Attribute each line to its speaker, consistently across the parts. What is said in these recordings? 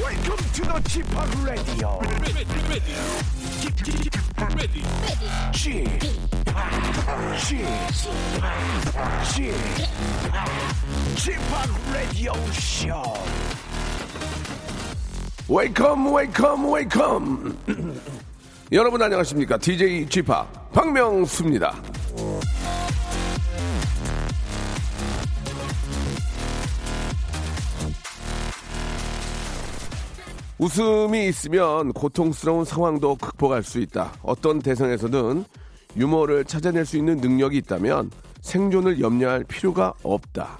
Speaker 1: Welcome to the g p o p Radio.
Speaker 2: ready, ready, ready, ready.
Speaker 1: g p o p G-POP, G-POP Radio Show.
Speaker 3: 웨이컴 웨이컴 웨이컴 여러분 안녕하십니까 DJ g 파 박명수입니다 웃음이 있으면 고통스러운 상황도 극복할 수 있다 어떤 대상에서는 유머를 찾아낼 수 있는 능력이 있다면 생존을 염려할 필요가 없다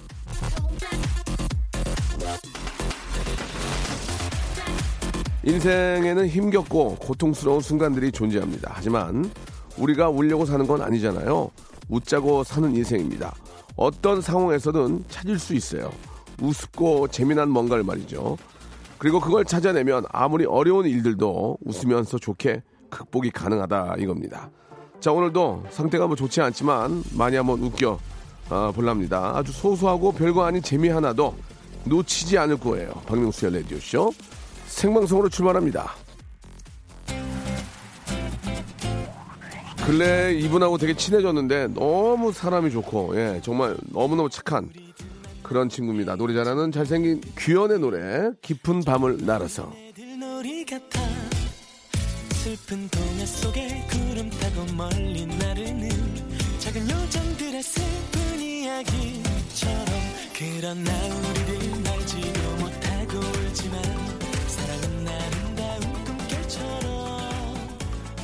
Speaker 3: 인생에는 힘겹고 고통스러운 순간들이 존재합니다. 하지만 우리가 울려고 사는 건 아니잖아요. 웃자고 사는 인생입니다. 어떤 상황에서든 찾을 수 있어요. 우습고 재미난 뭔가를 말이죠. 그리고 그걸 찾아내면 아무리 어려운 일들도 웃으면서 좋게 극복이 가능하다 이겁니다. 자 오늘도 상태가 뭐 좋지 않지만 많이 한번 웃겨 아, 볼랍니다. 아주 소소하고 별거 아닌 재미 하나도 놓치지 않을 거예요. 박명수의 라디오 쇼 생방송으로 출발합니다. 근래 이분하고 되게 친해졌는데 너무 사람이 좋고 예 정말 너무너무 착한 그런 친구입니다. 노래 잘하는 잘생긴 귀연의 노래 깊은 밤을 날아서
Speaker 4: 들놀이 같아 슬픈 동화 속에 구름 타고 멀리 나르는 작은 요정들의 슬픈 이야기처럼 그러나 우리들 날지도 못하고 울지만 사랑은 아름다운 꿈결처럼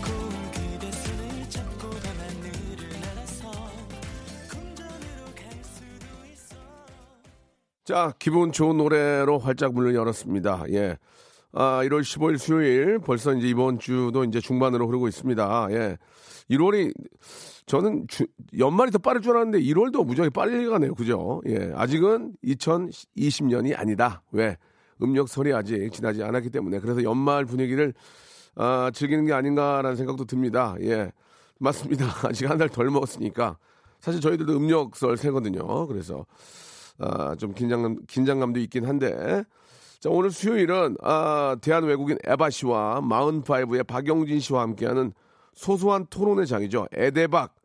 Speaker 4: 고운 그대 손을 잡고 밤하늘을 날아서 궁전으로 갈 수도 있어
Speaker 3: 자, 기분 좋은 노래로 활짝 문을 열었습니다. 예. 아, 1월 15일 수요일 벌써 이제 이번 주도 이제 중반으로 흐르고 있습니다. 예. 1월이 저는 주- 연말이 더 빠를 줄 알았는데 1월도 무지하게 빨리 가네요. 그죠? 예. 아직은 2020년이 아니다. 왜? 음력설이 아직 지나지 않았기 때문에 그래서 연말 분위기를 아, 즐기는 게 아닌가라는 생각도 듭니다. 예. 맞습니다. 아직 한 달 덜 먹었으니까 사실 저희들도 음력설 세거든요. 그래서 아, 좀 긴장감, 긴장감도 있긴 한데. 자, 오늘 수요일은, 아, 대한외국인 에바 씨와 마흔파이브의 박영진 씨와 함께하는 소소한 토론의 장이죠. 에데박,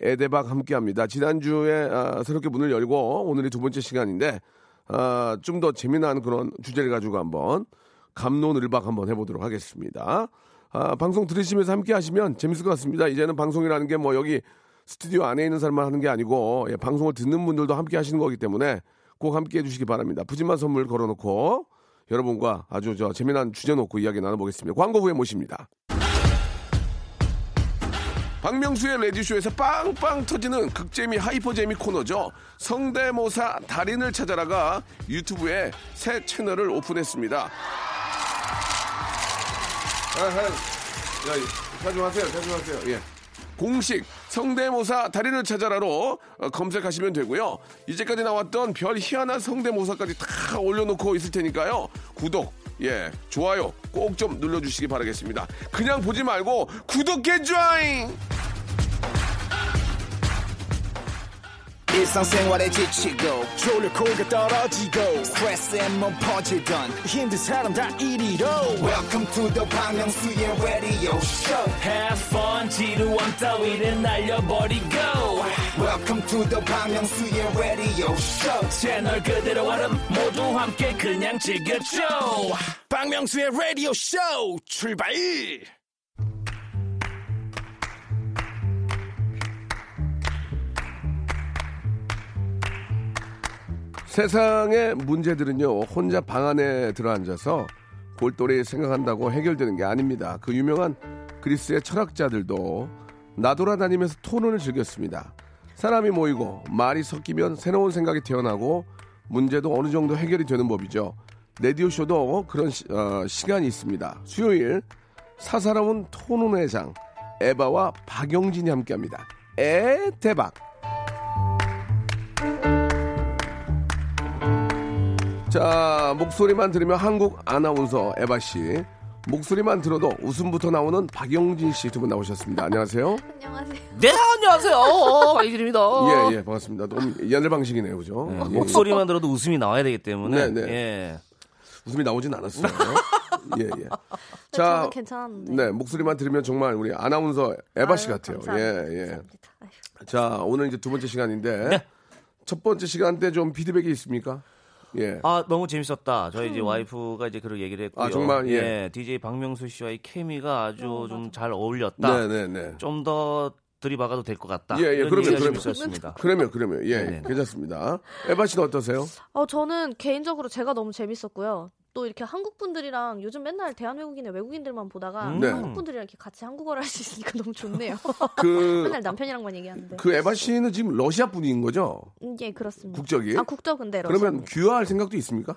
Speaker 3: 에데박 함께 합니다. 지난주에 아, 새롭게 문을 열고 오늘이 두 번째 시간인데, 아, 좀 더 재미난 그런 주제를 가지고 한번 감론을박 한번 해보도록 하겠습니다. 아, 방송 들으시면서 함께 하시면 재밌을 것 같습니다. 이제는 방송이라는 게 뭐 여기 스튜디오 안에 있는 사람만 하는 게 아니고 예, 방송을 듣는 분들도 함께 하시는 거기 때문에 꼭 함께 해주시기 바랍니다. 푸짐한 선물 걸어놓고 여러분과 아주 저 재미난 주제 놓고 이야기 나눠보겠습니다. 광고 후에 모십니다. 박명수의 레디쇼에서 빵빵 터지는 극재미 하이퍼재미 코너죠. 성대모사 달인을 찾아라가 유튜브에 새 채널을 오픈했습니다. 아하, 야, 사주하세요, 사주하세요. 예. 공식 성대모사 달인을 찾아라로 어, 검색하시면 되고요. 이제까지 나왔던 별 희한한 성대모사까지 다 올려놓고 있을 테니까요. 구독, 예, 좋아요 꼭 좀 눌러주시기 바라겠습니다. 그냥 보지 말고 구독해 줘잉!
Speaker 5: 일상생활에 지치고, 졸려 코가 떨어지고, 스트레스에 몸 퍼지던, 힘든 사람 다 이리로. welcome to the Bang Myung-soo's radio show
Speaker 6: Have fun 지루한 따위를 날려버리고
Speaker 5: welcome to the Bang Myung-soo's radio show
Speaker 6: 채널 그대로 얼음 모두 함께 그냥 즐겨줘
Speaker 5: 박명수의 라디오 쇼 출발
Speaker 3: 세상의 문제들은요 혼자 방 안에 들어앉아서 골똘히 생각한다고 해결되는 게 아닙니다. 그 유명한 그리스의 철학자들도 나돌아다니면서 토론을 즐겼습니다. 사람이 모이고 말이 섞이면 새로운 생각이 태어나고 문제도 어느 정도 해결이 되는 법이죠. 레디오 쇼도 그런 시, 어, 시간이 있습니다. 수요일 사사로운 토론의 장 에바와 박영진이 함께합니다. 에 대박. 자 목소리만 들으면 한국 아나운서 에바 씨 목소리만 들어도 웃음부터 나오는 박영진 씨 두 분 나오셨습니다. 안녕하세요.
Speaker 7: 안녕하세요.
Speaker 8: 네 안녕하세요 어, 박이진입니다
Speaker 3: 예예 반갑습니다. 너무 옛날 방식이네요, 그죠? 예, 예.
Speaker 8: 목소리만 들어도 웃음이 나와야 되기 때문에
Speaker 3: 네, 네.
Speaker 8: 예.
Speaker 3: 웃음이 나오진 않았어요. 예, 예.
Speaker 7: 네, 저는 괜찮았는데.
Speaker 3: 네, 목소리만 들으면 정말 우리 아나운서 에바 씨
Speaker 7: 아유,
Speaker 3: 같아요.
Speaker 7: 감사합니다.
Speaker 3: 예, 예.
Speaker 7: 감사합니다. 아유.
Speaker 3: 자, 오늘 이제 두 번째 시간인데 첫 번째 시간 때 좀 피드백이 있습니까? 예.
Speaker 9: 아 너무 재밌었다. 저희 이제 와이프가 이제 그런 얘기를 했고요.
Speaker 3: 아, 정말, 예.
Speaker 9: DJ 박명수 씨와의 케미가 아주 좀 잘
Speaker 3: 네,
Speaker 9: 어울렸다.
Speaker 3: 네, 네.
Speaker 9: 좀 더 들이박아도 될 것 같다.
Speaker 3: 예, 예,
Speaker 9: 이런
Speaker 3: 그러면,
Speaker 9: 얘기가 좀
Speaker 3: 그러면.
Speaker 9: 있었습니다.
Speaker 3: 그러면 그러면 예,
Speaker 9: 네, 네.
Speaker 3: 괜찮습니다. 에바 씨는 어떠세요?
Speaker 7: 어, 저는 개인적으로 제가 너무 재밌었고요. 또 이렇게 한국 분들이랑 요즘 맨날 대한 외국인의 외국인들만 보다가
Speaker 9: 음. 네.
Speaker 7: 한국 분들이랑 이렇게 같이 한국어를 할 수 있으니까 너무 좋네요.
Speaker 3: 그
Speaker 7: 맨날 남편이랑만 얘기하는데.
Speaker 3: 그 에바 씨는 지금 러시아 분인 거죠?
Speaker 7: 음, 예, 그렇습니다.
Speaker 3: 국적이?
Speaker 7: 아, 국적은 네, 러시아.
Speaker 3: 그러면 귀화할 생각도 있습니까?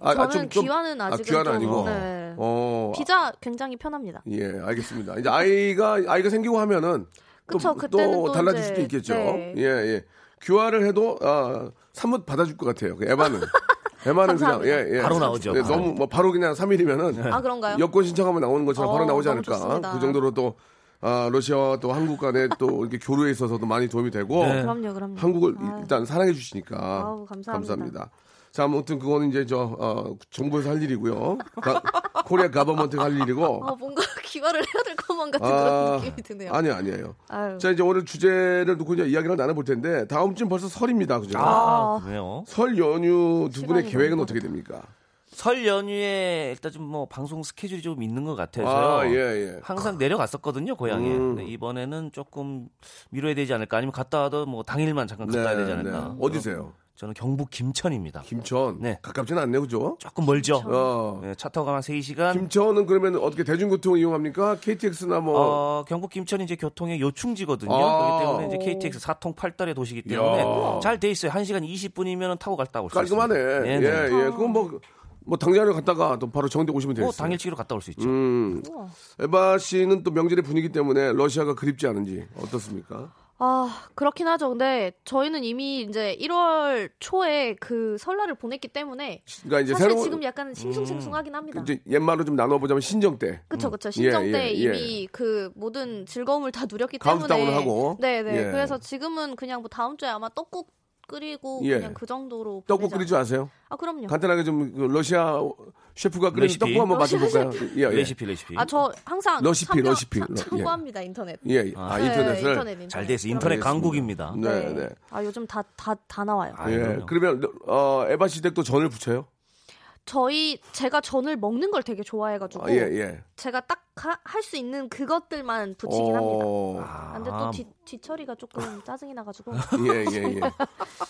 Speaker 3: 아,
Speaker 7: 저는
Speaker 3: 아, 좀- 좀-
Speaker 7: 귀화는
Speaker 3: 아,
Speaker 7: 아직은
Speaker 3: 귀화는
Speaker 7: 좀-
Speaker 3: 아니고.
Speaker 7: 네.
Speaker 3: 어,
Speaker 7: 비자 굉장히 편합니다.
Speaker 3: 예, 알겠습니다. 이제 아이가 아이가 생기고 하면은 또, 또
Speaker 7: 어, 그쵸, 그때는 또
Speaker 3: 달라질
Speaker 7: 이제-
Speaker 3: 수도 있겠죠.
Speaker 7: 네.
Speaker 3: 예, 예. 귀화를 해도 아, 사뭇 받아줄 것 같아요. 그 에바는. 에바는 그냥
Speaker 7: 감사합니다.
Speaker 3: 예, 예.
Speaker 9: 바로 나오죠,
Speaker 3: 예,
Speaker 9: 바로.
Speaker 3: 너무 뭐 바로 그냥 3일이면은
Speaker 7: 아, 그런가요?
Speaker 3: 여권 신청하면 나오는 것처럼
Speaker 7: 어,
Speaker 3: 바로 나오지
Speaker 7: 너무
Speaker 3: 않을까.
Speaker 7: 좋습니다.
Speaker 3: 그 정도로 또 아, 러시아와 또 한국 간에 또 이렇게 교류에 있어서도 많이 도움이 되고
Speaker 9: 네.
Speaker 7: 그럼요, 그럼요.
Speaker 3: 한국을
Speaker 7: 아유.
Speaker 3: 일단 사랑해 주시니까
Speaker 7: 아우, 감사합니다.
Speaker 3: 자, 아무튼 그거는 이제 저 어, 정부에서 할 일이고요. 가- 코리아 가버먼트가 할 일이고.
Speaker 7: 아, 뭔가 귀화를 해야 될 것만 같은
Speaker 3: 아,
Speaker 7: 그런 느낌이 드네요.
Speaker 3: 아니요, 아니에요.
Speaker 7: 아유.
Speaker 3: 자, 이제 오늘 주제를 놓고 이제 이야기를 나눠볼 텐데 다음 주는 벌써 설입니다, 그죠?
Speaker 9: 아, 그래요.
Speaker 3: 설 연휴 두 분의
Speaker 7: 시간이
Speaker 3: 계획은
Speaker 7: 너무
Speaker 3: 어떻게 됩니까?
Speaker 9: 설 연휴에 일단 좀 뭐 방송 스케줄이 좀 있는 것 같아서요.
Speaker 3: 아, 예, 음. 예.
Speaker 9: 항상 내려갔었거든요 고향에. 근데 이번에는 조금 미뤄야 되지 않을까. 아니면 갔다 와도 뭐 당일만 잠깐 갔다 와야 되지 않을까.
Speaker 3: 네. 어디세요?
Speaker 9: 저는 경북 김천입니다.
Speaker 3: 김천.
Speaker 9: 네.
Speaker 3: 가깝진 않네요, 그죠?
Speaker 9: 조금 멀죠.
Speaker 7: 음.
Speaker 3: 어.
Speaker 9: 네, 차 타고 가면 3시간.
Speaker 3: 김천은 그러면 어떻게 대중교통 이용합니까? KTX나 뭐.
Speaker 9: 어, 경북 김천이 이제 교통의 요충지거든요.
Speaker 3: 아.
Speaker 9: 그렇기 때문에 이제 KTX 사통 팔달의 도시기 때문에 잘 돼 있어요. 1시간 20분이면 타고 갔다 올 수 있어요.
Speaker 3: 깔끔하네. 예, 예. 그건 뭐, 뭐 당장에 갔다가 또 바로 정대 오시면 되겠어요.
Speaker 9: 뭐 당일치기로 갔다 올 수 있죠.
Speaker 3: 음. 에바 씨는 또 명절의 분위기 때문에 러시아가 그립지 않은지 어떻습니까?
Speaker 7: 아, 그렇긴 하죠. 근데 저희는 이미 이제 1월 초에 그 설날을 보냈기 때문에
Speaker 3: 그러니까 이제
Speaker 7: 사실
Speaker 3: 새로운
Speaker 7: 지금 약간 싱숭생숭하긴 합니다.
Speaker 3: 이제 옛말로 좀 나눠보자면 신정 때.
Speaker 7: 그쵸 그쵸 신정
Speaker 3: 예,
Speaker 7: 때
Speaker 3: 예,
Speaker 7: 이미 그 모든 즐거움을 다 누렸기
Speaker 3: 카운트다운을
Speaker 7: 때문에
Speaker 3: 하고.
Speaker 7: 네네
Speaker 3: 예.
Speaker 7: 그래서 지금은 그냥 뭐 다음 주에 아마 떡국 끓이고
Speaker 3: 예.
Speaker 7: 그냥 그 정도로
Speaker 3: 떡국
Speaker 7: 보내지
Speaker 3: 끓일 줄 아세요?
Speaker 7: 않- 아 그럼요
Speaker 3: 간단하게 좀그 러시아 셰프가 끓인
Speaker 9: 레시피?
Speaker 3: 떡국 한번
Speaker 7: 러시아
Speaker 3: 맛을볼까요? 예, 예.
Speaker 9: 레시피 레시피.
Speaker 7: 아 저 항상
Speaker 3: 러시피,
Speaker 7: 참여-
Speaker 3: 러시피.
Speaker 7: 참-
Speaker 3: 러- 예.
Speaker 7: 참고합니다 인터넷
Speaker 3: 예, 예. 아,
Speaker 7: 네,
Speaker 3: 인터넷을.
Speaker 7: 인터넷,
Speaker 9: 잘
Speaker 7: 인터넷.
Speaker 9: 돼서 인터넷
Speaker 3: 알겠습니다.
Speaker 9: 강국입니다.
Speaker 3: 네, 네.
Speaker 7: 아 요즘 다 다 다 나와요
Speaker 9: 아,
Speaker 3: 예.
Speaker 9: 그럼요.
Speaker 3: 그러면 어, 에바 씨 댁도 전을 붙여요? 아,
Speaker 7: 저희 제가 전을 먹는 걸 되게 좋아해가지고
Speaker 3: 아, 예, 예.
Speaker 7: 제가 딱 할 수 있는 그것들만 붙이긴 합니다
Speaker 3: 어,
Speaker 7: 아, 근데 또 뒤, 뒤처리가 조금 짜증이 나가지고
Speaker 3: 예, 예, 예.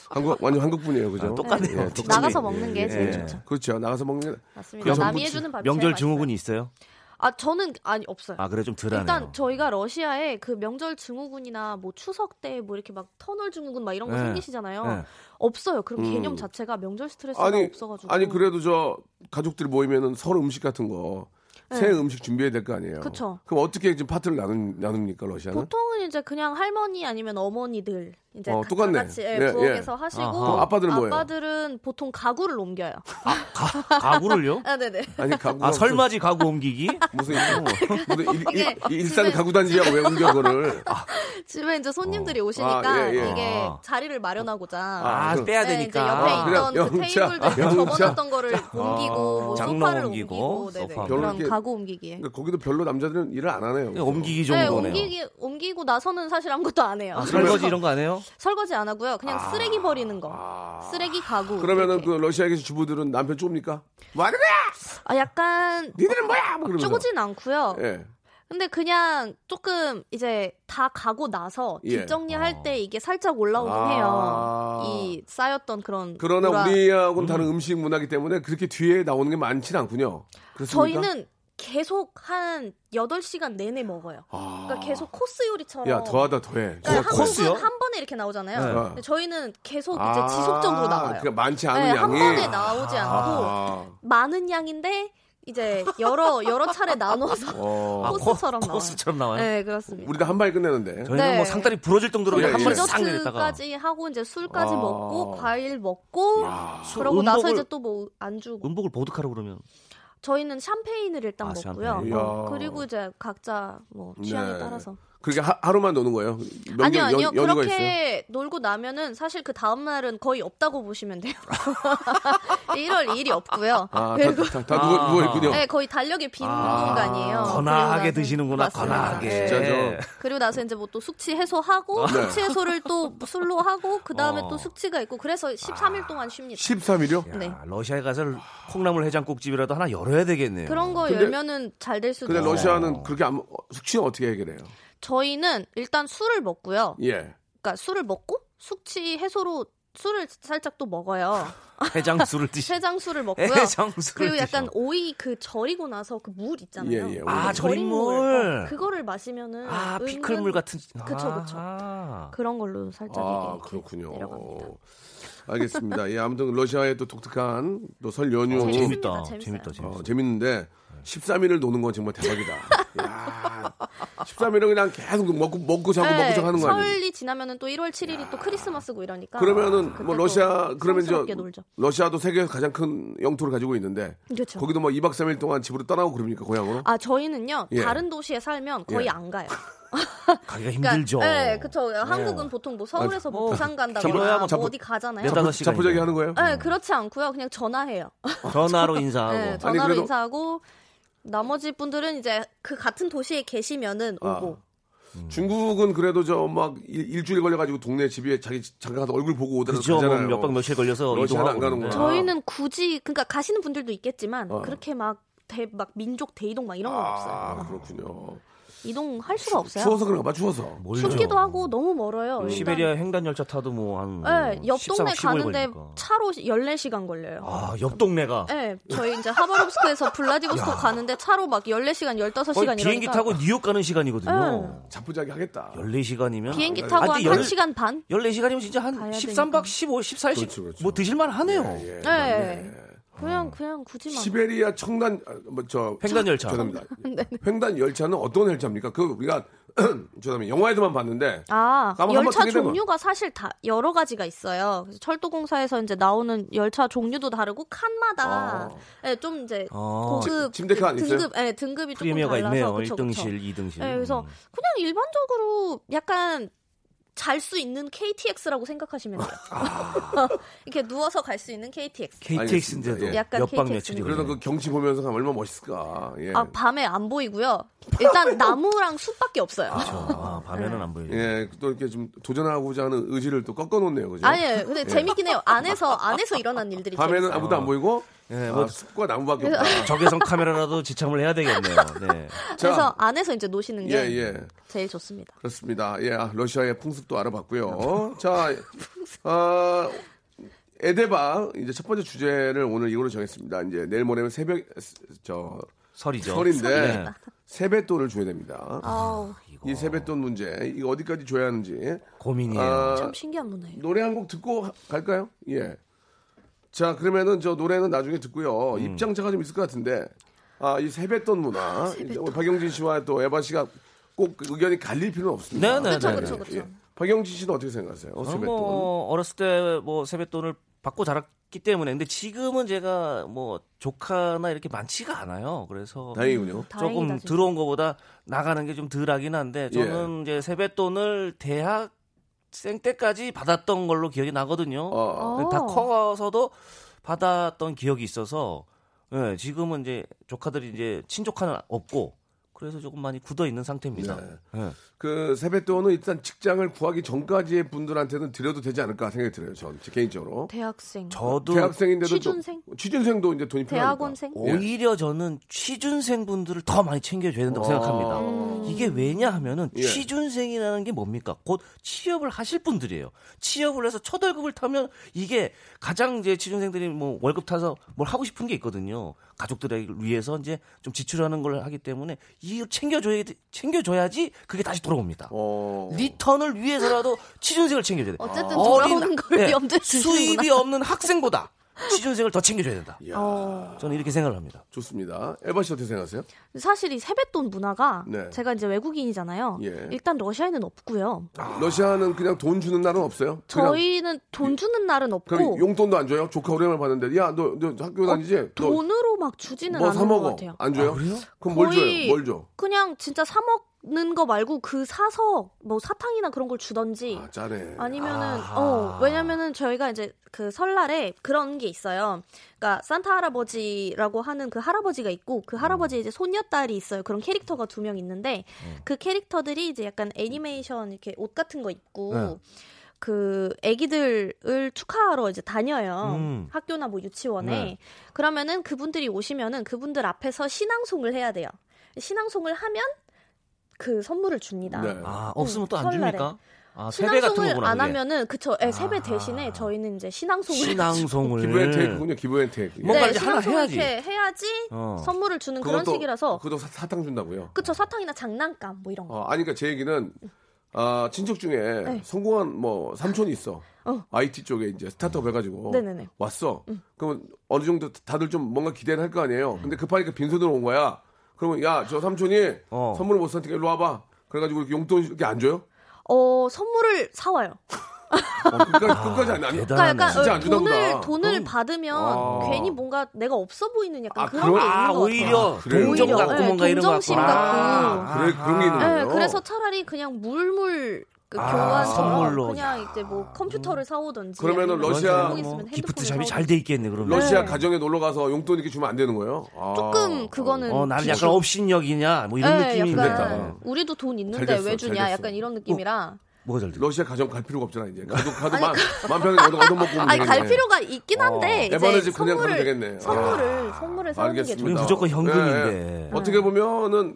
Speaker 3: 한국 완전 한국 분이에요, 그죠?
Speaker 9: 아, 똑같네요.
Speaker 3: 예, 똑같네요.
Speaker 7: 나가서 먹는 게 제일
Speaker 9: 예.
Speaker 7: 좋죠
Speaker 3: 그렇죠. 나가서 먹는 게
Speaker 7: 맞습니다 남이 해주는 밥이 제일
Speaker 9: 명절
Speaker 7: 맛있어요.
Speaker 9: 증후군이 있어요?
Speaker 7: 아 저는 아니 없어요
Speaker 9: 아 그래 좀 덜하네요.
Speaker 7: 일단 저희가 러시아에 그 명절 증후군이나 뭐 추석 때 뭐 이렇게 막 터널 증후군 막 이런 거
Speaker 9: 네.
Speaker 7: 생기시잖아요.
Speaker 9: 네. 음.
Speaker 7: 없어요. 그런 개념 자체가 명절 스트레스가
Speaker 3: 아니,
Speaker 7: 없어가지고.
Speaker 3: 아니 그래도 저 가족들이 모이면은 서로 음식 같은 거. 새 음식 준비해야 될 거 아니에요.
Speaker 7: 네. 그쵸.
Speaker 3: 럼 어떻게 지금 파트를 나누, 나눕니까 러시아는?
Speaker 7: 보통은 이제 그냥 할머니 아니면 어머니들 이제
Speaker 3: 어,
Speaker 7: 다
Speaker 3: 똑같네.
Speaker 7: 같이 예,
Speaker 3: 예, 예.
Speaker 7: 부엌에서 하시고
Speaker 9: 아하.
Speaker 3: 아빠들은 뭐예요?
Speaker 7: 아빠들은 보통 가구를 옮겨요.
Speaker 9: 가구를요?
Speaker 7: 아 네네.
Speaker 3: 아니 가구가
Speaker 9: 아 설마지 가구 옮기기?
Speaker 3: 무슨 무슨 일, 일,
Speaker 7: 이게
Speaker 3: 일, 산
Speaker 7: 집에-
Speaker 3: 가구 단지야 왜 옮겨 그를?
Speaker 7: 집에 이제 손님들이 오시니까
Speaker 3: 아, 예, 예.
Speaker 7: 이게
Speaker 9: 아.
Speaker 7: 자리를 마련하고자
Speaker 9: 아,
Speaker 3: 그-
Speaker 9: 빼야
Speaker 7: 네,
Speaker 9: 되니까.
Speaker 7: 이제 옆에
Speaker 3: 아, 그냥
Speaker 7: 있던 그
Speaker 3: 영차,
Speaker 7: 테이블도
Speaker 3: 영차. 아,
Speaker 7: 접어놨던 거를 옮기고 뭐
Speaker 9: 장롱
Speaker 7: 소파를
Speaker 9: 옮기고,
Speaker 7: 옮기고, 네네.
Speaker 9: 소파.
Speaker 7: 그런
Speaker 3: 이렇게-
Speaker 7: 가구 옮기기에.
Speaker 3: 그러니까 거기도 별로 남자들은 일을 안 하네요. 그죠?
Speaker 9: 옮기기
Speaker 7: 네,
Speaker 9: 정도네요.
Speaker 7: 옮기기, 옮기고 나서는 사실 아무것도 안 해요.
Speaker 9: 아, 설거지 이런 거 안 해요?
Speaker 7: 설거지 안 하고요. 그냥 쓰레기 버리는 거. 쓰레기 가구.
Speaker 3: 아. 그러면은
Speaker 7: 이렇게.
Speaker 3: 그 러시아에 계신 주부들은 남편 쫓습니까? 뭐 하는 거야?
Speaker 7: 아, 약간
Speaker 3: 니들은 뭐야? 뭐 그러면서.
Speaker 7: 쪼그진 않고요.
Speaker 3: 예.
Speaker 7: 근데 그냥 조금 이제 다 가고 나서
Speaker 3: 예.
Speaker 7: 뒷정리할 때 이게 살짝 올라오긴
Speaker 3: 아.
Speaker 7: 해요. 이 쌓였던 그런
Speaker 3: 그러나
Speaker 7: 뭐라-
Speaker 3: 우리하고는 다른 음식 문화기 때문에 그렇게 뒤에 나오는 게 많진 않군요. 그렇습니까?
Speaker 7: 저희는 계속 한 8시간 내내 먹어요. 그러니까 계속 코스 요리처럼
Speaker 3: 아. 야 더하다 더해.
Speaker 7: 그러니까
Speaker 3: 더해.
Speaker 9: 코스요?
Speaker 7: 한국은 한 번에 이렇게 나오잖아요.
Speaker 3: 네.
Speaker 7: 근데 저희는 계속
Speaker 3: 아,
Speaker 7: 이제 지속적으로 나와요.
Speaker 3: 그러니까 많지 않은
Speaker 7: 네, 한
Speaker 3: 양이.
Speaker 7: 번에 나오지 않고
Speaker 3: 아,
Speaker 7: 많은 양인데 이제 여러 여러 차례 나눠서
Speaker 3: 어.
Speaker 9: 아,
Speaker 7: 코스처럼 나와요.
Speaker 9: 코스처럼 나와요.
Speaker 7: 네 그렇습니다.
Speaker 3: 우리도 한 방에 끝내는데.
Speaker 9: 저희는
Speaker 7: 네.
Speaker 9: 뭐 상다리 부러질 정도로
Speaker 3: 예,
Speaker 9: 한 번에 싹 내렸다가
Speaker 7: 디저트까지 하고 이제 술까지
Speaker 3: 아.
Speaker 7: 먹고 과일 먹고 그러고
Speaker 9: 음복을-
Speaker 7: 나서 이제 또 뭐 안주
Speaker 9: 음복을 보드카로 그러면
Speaker 7: 저희는 샴페인을 일단
Speaker 9: 아,
Speaker 7: 먹고요.
Speaker 3: 샴페인.
Speaker 7: 어,
Speaker 3: 이야.
Speaker 7: 그리고 이제 각자 뭐 취향에
Speaker 3: 네.
Speaker 7: 따라서
Speaker 3: 그렇게 하, 루만 노는 거예요. 명절
Speaker 7: 아니요,
Speaker 3: 연-
Speaker 7: 아니요.
Speaker 3: 연휴가 있어요.
Speaker 7: 그렇게 놀고 나면은 사실 그 다음날은 거의 없다고 보시면 돼요. 1월 2일이 없고요.
Speaker 3: 아, 다,
Speaker 7: 그리고
Speaker 3: 다- 다 누워, 누워있군요.
Speaker 7: 네, 거의 달력에 빈 공간이에요.
Speaker 9: 거나하게
Speaker 7: 아, 그리고 나서-
Speaker 9: 드시는구나,
Speaker 7: 맞습니다.
Speaker 9: 거나하게. 네.
Speaker 3: 진짜 저
Speaker 7: 그리고 나서 이제 뭐 또 숙취 해소하고
Speaker 3: 네.
Speaker 7: 숙취 해소를 또 술로 하고 그 다음에
Speaker 9: 어.
Speaker 7: 또 숙취가 있고 그래서
Speaker 3: 아,
Speaker 7: 13일 동안 쉽니다.
Speaker 3: 13일이요?
Speaker 9: 야,
Speaker 7: 네.
Speaker 9: 러시아에 가서 콩나물 해장국집이라도 하나 열어야 되겠네요.
Speaker 7: 그런 거
Speaker 3: 근데-
Speaker 7: 열면은 잘 될 수도
Speaker 3: 근데
Speaker 7: 있어요.
Speaker 3: 러시아는 그렇게 안, 먹- 숙취는 어떻게 해결해요?
Speaker 7: 저희는 일단 술을 먹고요.
Speaker 3: 예.
Speaker 7: 그러니까 술을 먹고 숙취 해소로 술을 살짝 또 먹어요.
Speaker 9: 해장술을 드시.
Speaker 7: 해장술을 먹고요.
Speaker 3: 예,
Speaker 9: 해장술을
Speaker 7: 그리고 약간
Speaker 9: 드셔.
Speaker 7: 오이 그 절이고 나서 그 물 있잖아요.
Speaker 3: 예, 예, 오이.
Speaker 9: 아, 절인 물.
Speaker 7: 어, 그거를 마시면은
Speaker 9: 아
Speaker 7: 은근
Speaker 9: 피클물 같은.
Speaker 7: 음, 그쵸, 그쵸.
Speaker 9: 아하.
Speaker 7: 그런 걸로 살짝
Speaker 3: 아,
Speaker 7: 이렇게
Speaker 3: 그렇군요.
Speaker 7: 내려갑니다.
Speaker 3: 어, 알겠습니다. 예, 아무튼 러시아의 또 독특한 또 설 연휴.
Speaker 7: 어, 재밌-
Speaker 9: 재밌다.
Speaker 7: 재밌어요.
Speaker 9: 재밌다. 재밌다.
Speaker 3: 어, 재밌는데 13일을 노는 건 정말 대박이다. 야, 13일은 그냥 계속 먹고 먹고 자고 먹고 자고 하는 거 아니에요?
Speaker 7: 네, 설이 지나면은 또 1월 7일이 또 크리스마스고 이러니까
Speaker 3: 그러면은
Speaker 7: 그때
Speaker 3: 뭐
Speaker 7: 또
Speaker 3: 러시아 그러면 저
Speaker 7: 성스럽게 놀죠.
Speaker 3: 러시아도 세계에서 가장 큰 영토를 가지고 있는데
Speaker 7: 그렇죠.
Speaker 3: 거기도 막 2박 3일 동안 집으로 떠나고 그럽니까 고향으로?
Speaker 7: 아 저희는요
Speaker 3: 예.
Speaker 7: 다른 도시에 살면 거의
Speaker 3: 예.
Speaker 7: 안 가요.
Speaker 9: 가기가 힘들죠.
Speaker 7: 네, 그렇죠. 한국은 보통 뭐 서울에서
Speaker 3: 아,
Speaker 7: 뭐 부산
Speaker 9: 길어야
Speaker 7: 간다거나
Speaker 9: 뭐
Speaker 7: 뭐
Speaker 3: 자부-
Speaker 7: 어디 가잖아요.
Speaker 9: 몇 다섯 시간이네.
Speaker 3: 자포자기 하는 거예요?
Speaker 7: 네, 그렇지 않고요. 그냥 전화해요.
Speaker 9: 전화로 인사하고.
Speaker 7: 네,
Speaker 3: 아니,
Speaker 7: 전화로
Speaker 3: 그래도-
Speaker 7: 인사하고 나머지 분들은 이제 그 같은 도시에 계시면은
Speaker 3: 아.
Speaker 7: 오고.
Speaker 9: 음.
Speaker 3: 중국은 그래도 저 막 일주일 걸려가지고 동네 집에 자기 잠깐 가서 얼굴 보고 오더라도
Speaker 9: 그죠. 뭐
Speaker 3: 가잖아요.
Speaker 9: 몇박 며칠 걸려서
Speaker 3: 러시아는
Speaker 9: 이동하고.
Speaker 3: 안 가는구나.
Speaker 9: 그러는데.
Speaker 7: 저희는 굳이 그러니까 가시는 분들도 있겠지만
Speaker 3: 어.
Speaker 7: 그렇게 막 대, 막 민족 대이동 막 이런 건 없어요.
Speaker 3: 아 그렇군요.
Speaker 7: 이동할 수가 없어요.
Speaker 3: 추워서 음. 그런가 봐 추워서.
Speaker 9: 멀죠.
Speaker 7: 춥기도 하고 너무 멀어요. 일단.
Speaker 9: 시베리아 횡단 열차 타도 뭐한
Speaker 7: 네, 옆 동네 가는데
Speaker 9: 걸리니까.
Speaker 7: 차로 14시간 걸려요.
Speaker 9: 아, 옆 동네가
Speaker 7: 네, 저희 이제 하바롭스크에서 블라디보스토크 가는데 차로 막 14시간, 15시간
Speaker 9: 거의
Speaker 7: 이러니까 네.
Speaker 9: 비행기 타고 뉴욕 가는 시간이거든요.
Speaker 3: 자포자기 하겠다.
Speaker 9: 14시간이면
Speaker 7: 비행기 타고 한
Speaker 9: 열-
Speaker 7: 1시간 반?
Speaker 9: 14시간이면 진짜 한
Speaker 7: 가야
Speaker 9: 13박 15, 14,
Speaker 3: 그렇죠, 그렇죠.
Speaker 9: 뭐 드실 만 하네요.
Speaker 3: 예,
Speaker 7: 네. 그냥 그냥 굳이 막
Speaker 3: 시베리아 청단 아, 뭐저
Speaker 9: 횡단 열차.
Speaker 3: 죄송합니다.
Speaker 7: 네,
Speaker 3: 횡단 열차는 어떤 열차입니까? 그 우리가 죄송합니다. 영화에서만 봤는데
Speaker 7: 아,
Speaker 3: 한번- 한번
Speaker 7: 열차
Speaker 3: 타게 되면-
Speaker 7: 종류가 사실 다 여러 가지가 있어요. 그래서 철도공사에서 이제 나오는 열차 종류도 다르고 칸마다
Speaker 3: 아.
Speaker 7: 예, 좀 이제
Speaker 9: 아.
Speaker 7: 고급
Speaker 3: 침- 침대칸
Speaker 7: 그
Speaker 3: 있어요?
Speaker 7: 등급 예, 등급이 조금
Speaker 9: 프리미어가
Speaker 7: 달라서
Speaker 9: 있네요.
Speaker 7: 그쵸, 그쵸.
Speaker 9: 1등실, 음. 2등실.
Speaker 7: 예, 그래서 그냥 일반적으로 약간 잘 수 있는 KTX라고 생각하시면 돼요.
Speaker 3: 아.
Speaker 7: 이렇게 누워서 갈 수 있는 KTX.
Speaker 9: KTX인데도
Speaker 3: 알겠습니다. 예.
Speaker 7: 약간
Speaker 9: 옆방
Speaker 7: KTX.
Speaker 9: 며칠이
Speaker 3: 그래서 그 경치 보면서 가면 얼마나 멋있을까. 예.
Speaker 7: 아, 밤에 안 보이고요. 일단 나무랑 숲밖에 없어요.
Speaker 3: 그
Speaker 9: 아,
Speaker 7: 네.
Speaker 9: 밤에는 안 보여요.
Speaker 3: 예, 또 이렇게 좀 도전하고자 하는 의지를 또 꺾어놓네요, 그죠?
Speaker 7: 아니에요. 근데 재밌긴 해요. 안에서 안에서 일어난 일들이
Speaker 3: 밤에는
Speaker 7: 재밌어요.
Speaker 3: 아무도 안 보이고,
Speaker 9: 예,
Speaker 3: 뭐
Speaker 9: 뭐-
Speaker 3: 숲과 나무밖에 없다.
Speaker 9: 적외선 카메라라도 지참을 해야 되겠네요. 네.
Speaker 7: 그래서 네. 안에서 이제 노시는
Speaker 3: 예,
Speaker 7: 게
Speaker 3: 예.
Speaker 7: 제일 좋습니다.
Speaker 3: 그렇습니다. 예, 아, 러시아의 풍습도 알아봤고요. 자, 아, 에데바 이제 첫 번째 주제를 오늘 이걸로 정했습니다. 이제 내일 모레면 새벽 저
Speaker 9: 설이죠.
Speaker 3: 설인데
Speaker 9: 네.
Speaker 3: 세뱃돈을 줘야 됩니다.
Speaker 7: 아우,
Speaker 3: 이 세뱃돈 문제 이거 어디까지 줘야 하는지
Speaker 9: 고민이에요.
Speaker 3: 아,
Speaker 7: 참 신기한 문화예요.
Speaker 3: 노래 한 곡 듣고 하- 갈까요? 예. 자, 그러면은 저 노래는 나중에 듣고요. 입장차가 좀 있을 것 같은데. 아, 이 세뱃돈 문화. 오늘 박영진 씨와 또 에바 씨가 꼭 의견이 갈릴 필요는 없습니다.
Speaker 9: 네네네. 그쵸, 그쵸,
Speaker 7: 그쵸.
Speaker 3: 예, 박영진 씨는 어떻게 생각하세요? 어,
Speaker 9: 저는
Speaker 3: 세뱃돈.
Speaker 9: 뭐 어렸을 때 뭐 세뱃돈을 받고 자랐기 때문에 근데 지금은 제가 뭐 조카나 이렇게 많지가 않아요. 그래서
Speaker 3: 다행이군요.
Speaker 7: 다행이다,
Speaker 9: 조금
Speaker 7: 진짜.
Speaker 9: 들어온 것보다 나가는 게 좀 덜하긴 한데 저는
Speaker 3: 예.
Speaker 9: 이제 세뱃돈을 대학생 때까지 받았던 걸로 기억이 나거든요.
Speaker 3: 어,
Speaker 9: 근데 다
Speaker 7: 어.
Speaker 9: 커서도 받았던 기억이 있어서 예, 지금은 이제 조카들이 이제 친족화는 없고 그래서 조금 많이 굳어 있는 상태입니다. 예.
Speaker 3: 네. 그 세뱃돈은 일단 직장을 구하기 전까지의 분들한테는 드려도 되지 않을까 생각이 들어요. 전 제 개인적으로.
Speaker 7: 대학생,
Speaker 9: 저도
Speaker 3: 대학생인데도
Speaker 7: 취준생?
Speaker 3: 또, 취준생도 이제 돈이 필요하니까. 예.
Speaker 7: 대학원생.
Speaker 9: 오히려 저는 취준생 분들을 더 많이 챙겨줘야 된다고 생각합니다. 이게 왜냐 하면은
Speaker 3: 어. 예.
Speaker 9: 취준생이라는 게 뭡니까? 곧 취업을 하실 분들이에요. 취업을 해서 첫 월급을 타면 이게 가장 이제 취준생들이 뭐 월급 타서 뭘 하고 싶은 게 있거든요. 가족들을 위해서 이제 좀 지출하는 걸 하기 때문에 이걸 챙겨줘야, 챙겨줘야지 그게 다시 돌아옵니다.
Speaker 3: 어.
Speaker 9: 리턴을 위해서라도 취준생을 챙겨줘야 돼.
Speaker 7: 어쨌든 돌아오는 걸
Speaker 3: 네,
Speaker 9: 예,
Speaker 7: 염두에 두시는구나.
Speaker 9: 수입이 없는 학생보다 취준생을 더 챙겨줘야 된다.
Speaker 3: 이야,
Speaker 7: 어.
Speaker 9: 저는 이렇게 생각을 합니다.
Speaker 3: 좋습니다. 에바 씨 어떻게 생각하세요?
Speaker 7: 사실 이 세뱃돈 문화가
Speaker 3: 네.
Speaker 7: 제가 이제 외국인이잖아요.
Speaker 3: 예.
Speaker 7: 일단 러시아에는 없고요.
Speaker 3: 러시아는 그냥 돈 주는 날은 없어요? 그냥
Speaker 7: 저희는 돈 주는 날은
Speaker 3: 그럼
Speaker 7: 없고
Speaker 3: 용돈도 안 줘요? 조카 오랜만에 봤는데 야 너 너 학교 다니지?
Speaker 7: 어, 돈으로 막 주지는
Speaker 3: 너뭐
Speaker 7: 않는 것
Speaker 3: 사먹어
Speaker 7: 같아요.
Speaker 3: 안 줘요? 그럼 뭘 줘요?
Speaker 7: 거의
Speaker 3: 뭘 줘?
Speaker 7: 그냥 진짜 사 먹 먹는 거 말고 그 사서 뭐 사탕이나 그런 걸 주던지
Speaker 3: 아, 짜네.
Speaker 7: 아니면은 어 왜냐면은 저희가 이제 그 설날에 그런 게 있어요. 그러니까 산타 할아버지라고 하는 그 할아버지가 있고 그 할아버지 이제 손녀딸이 있어요. 그런 캐릭터가 두 명 있는데 그 캐릭터들이 이제 약간 애니메이션 이렇게 옷 같은 거 입고
Speaker 3: 네.
Speaker 7: 그 아기들을 축하하러 이제 다녀요.
Speaker 9: 음.
Speaker 7: 학교나 뭐 유치원에.
Speaker 9: 네.
Speaker 7: 그러면은 그분들이 오시면은 그분들 앞에서 신앙송을 해야 돼요. 신앙송을 하면 그 선물을 줍니다.
Speaker 3: 네.
Speaker 9: 아, 없으면 또 안
Speaker 7: 설날에.
Speaker 9: 줍니까? 아, 세배 같은
Speaker 7: 신앙송을
Speaker 9: 거구나.
Speaker 7: 안
Speaker 9: 그게. 아.
Speaker 7: 하면은 그쵸 예, 세배 대신에 저희는 이제 신앙송을
Speaker 9: 신앙송을
Speaker 3: 기부 앤 테이크군요. 기부 앤 테이크. 예.
Speaker 9: 뭔가
Speaker 7: 네,
Speaker 9: 이제 하나
Speaker 7: 신앙송을
Speaker 9: 해야지.
Speaker 7: 이렇게 해야지
Speaker 9: 어.
Speaker 7: 선물을 주는 그런 식이라서
Speaker 3: 그것도 사- 사탕 준다고요.
Speaker 7: 그쵸 사탕이나 장난감 뭐 이런 거
Speaker 3: 어, 아니 그러니까 제 얘기는 아, 친척 중에 성공한 뭐 삼촌이 있어.
Speaker 7: 네. 어.
Speaker 3: IT 쪽에 이제 스타트업 해가지고
Speaker 7: 네네네. 음.
Speaker 3: 왔어. 그러면 어느 정도 다들 좀 뭔가 기대는 할 거 아니에요. 근데 급하니까 빈손으로 온 거야. 그러면 야 저 삼촌이
Speaker 9: 어.
Speaker 3: 선물을 못 사니까 일로 와봐. 그래가지고 이렇게 용돈 이렇게 안 줘요?
Speaker 7: 어 선물을 사와요
Speaker 3: 어, 끝까지, 끝까지 안, 안
Speaker 7: 그러니까
Speaker 9: 아, 대단하네.
Speaker 7: 약간
Speaker 3: 진짜
Speaker 7: 어,
Speaker 3: 안 주나 보다.
Speaker 7: 돈을 돈을 받으면
Speaker 3: 아.
Speaker 7: 괜히 뭔가 내가 없어 보이는 약간
Speaker 3: 아,
Speaker 7: 그런 게
Speaker 3: 그런-
Speaker 7: 있는
Speaker 9: 아,
Speaker 7: 것 같아요.
Speaker 9: 오히려
Speaker 3: 그래요? 아,
Speaker 9: 동정
Speaker 7: 오히려,
Speaker 9: 갖고
Speaker 7: 네,
Speaker 9: 뭔가 이런 거
Speaker 7: 동정심
Speaker 9: 갖고.
Speaker 7: 갖고.
Speaker 3: 그래 그런 게 있는
Speaker 7: 네,
Speaker 3: 거예요.
Speaker 7: 그래서 차라리 그냥 물물 그
Speaker 9: 아,
Speaker 7: 교환처럼
Speaker 9: 선물로.
Speaker 7: 그냥 이제 뭐 컴퓨터를 사오든지
Speaker 3: 그러면은
Speaker 7: 아니면
Speaker 3: 러시아
Speaker 7: 전공 있으면
Speaker 9: 뭐
Speaker 7: 핸드폰을
Speaker 9: 기프트샵이
Speaker 7: 사오든지.
Speaker 9: 잘 돼 있겠네 그러면.
Speaker 3: 러시아 가정에 놀러 가서 용돈 이렇게 주면 안 되는 거예요? 아.
Speaker 7: 조금 그거는
Speaker 9: 어, 나는
Speaker 7: 비추-
Speaker 9: 약간 업신여기냐 뭐 이런
Speaker 7: 네,
Speaker 9: 느낌이
Speaker 7: 약간
Speaker 9: 있다.
Speaker 7: 우리도 돈 있는데
Speaker 3: 어. 잘 됐어,
Speaker 7: 왜
Speaker 3: 잘
Speaker 7: 주냐
Speaker 3: 됐어.
Speaker 7: 약간 이런 느낌이라
Speaker 9: 뭐가 잘 돼?
Speaker 3: 러시아 가정 갈 필요가 없잖아 이제. 가도 가도 마, 음 편히 얻어 얻어 먹고.
Speaker 7: 아니 갈 필요가 있긴 한데
Speaker 3: 에바는
Speaker 7: 이제
Speaker 3: 집 그냥 가면
Speaker 7: 선물을
Speaker 3: 되겠네.
Speaker 7: 선물을 선물을 사오는 게
Speaker 3: 알겠습니다. 예,
Speaker 7: 좋죠.
Speaker 9: 우리 무조건 현금인데.
Speaker 3: 어떻게 보면은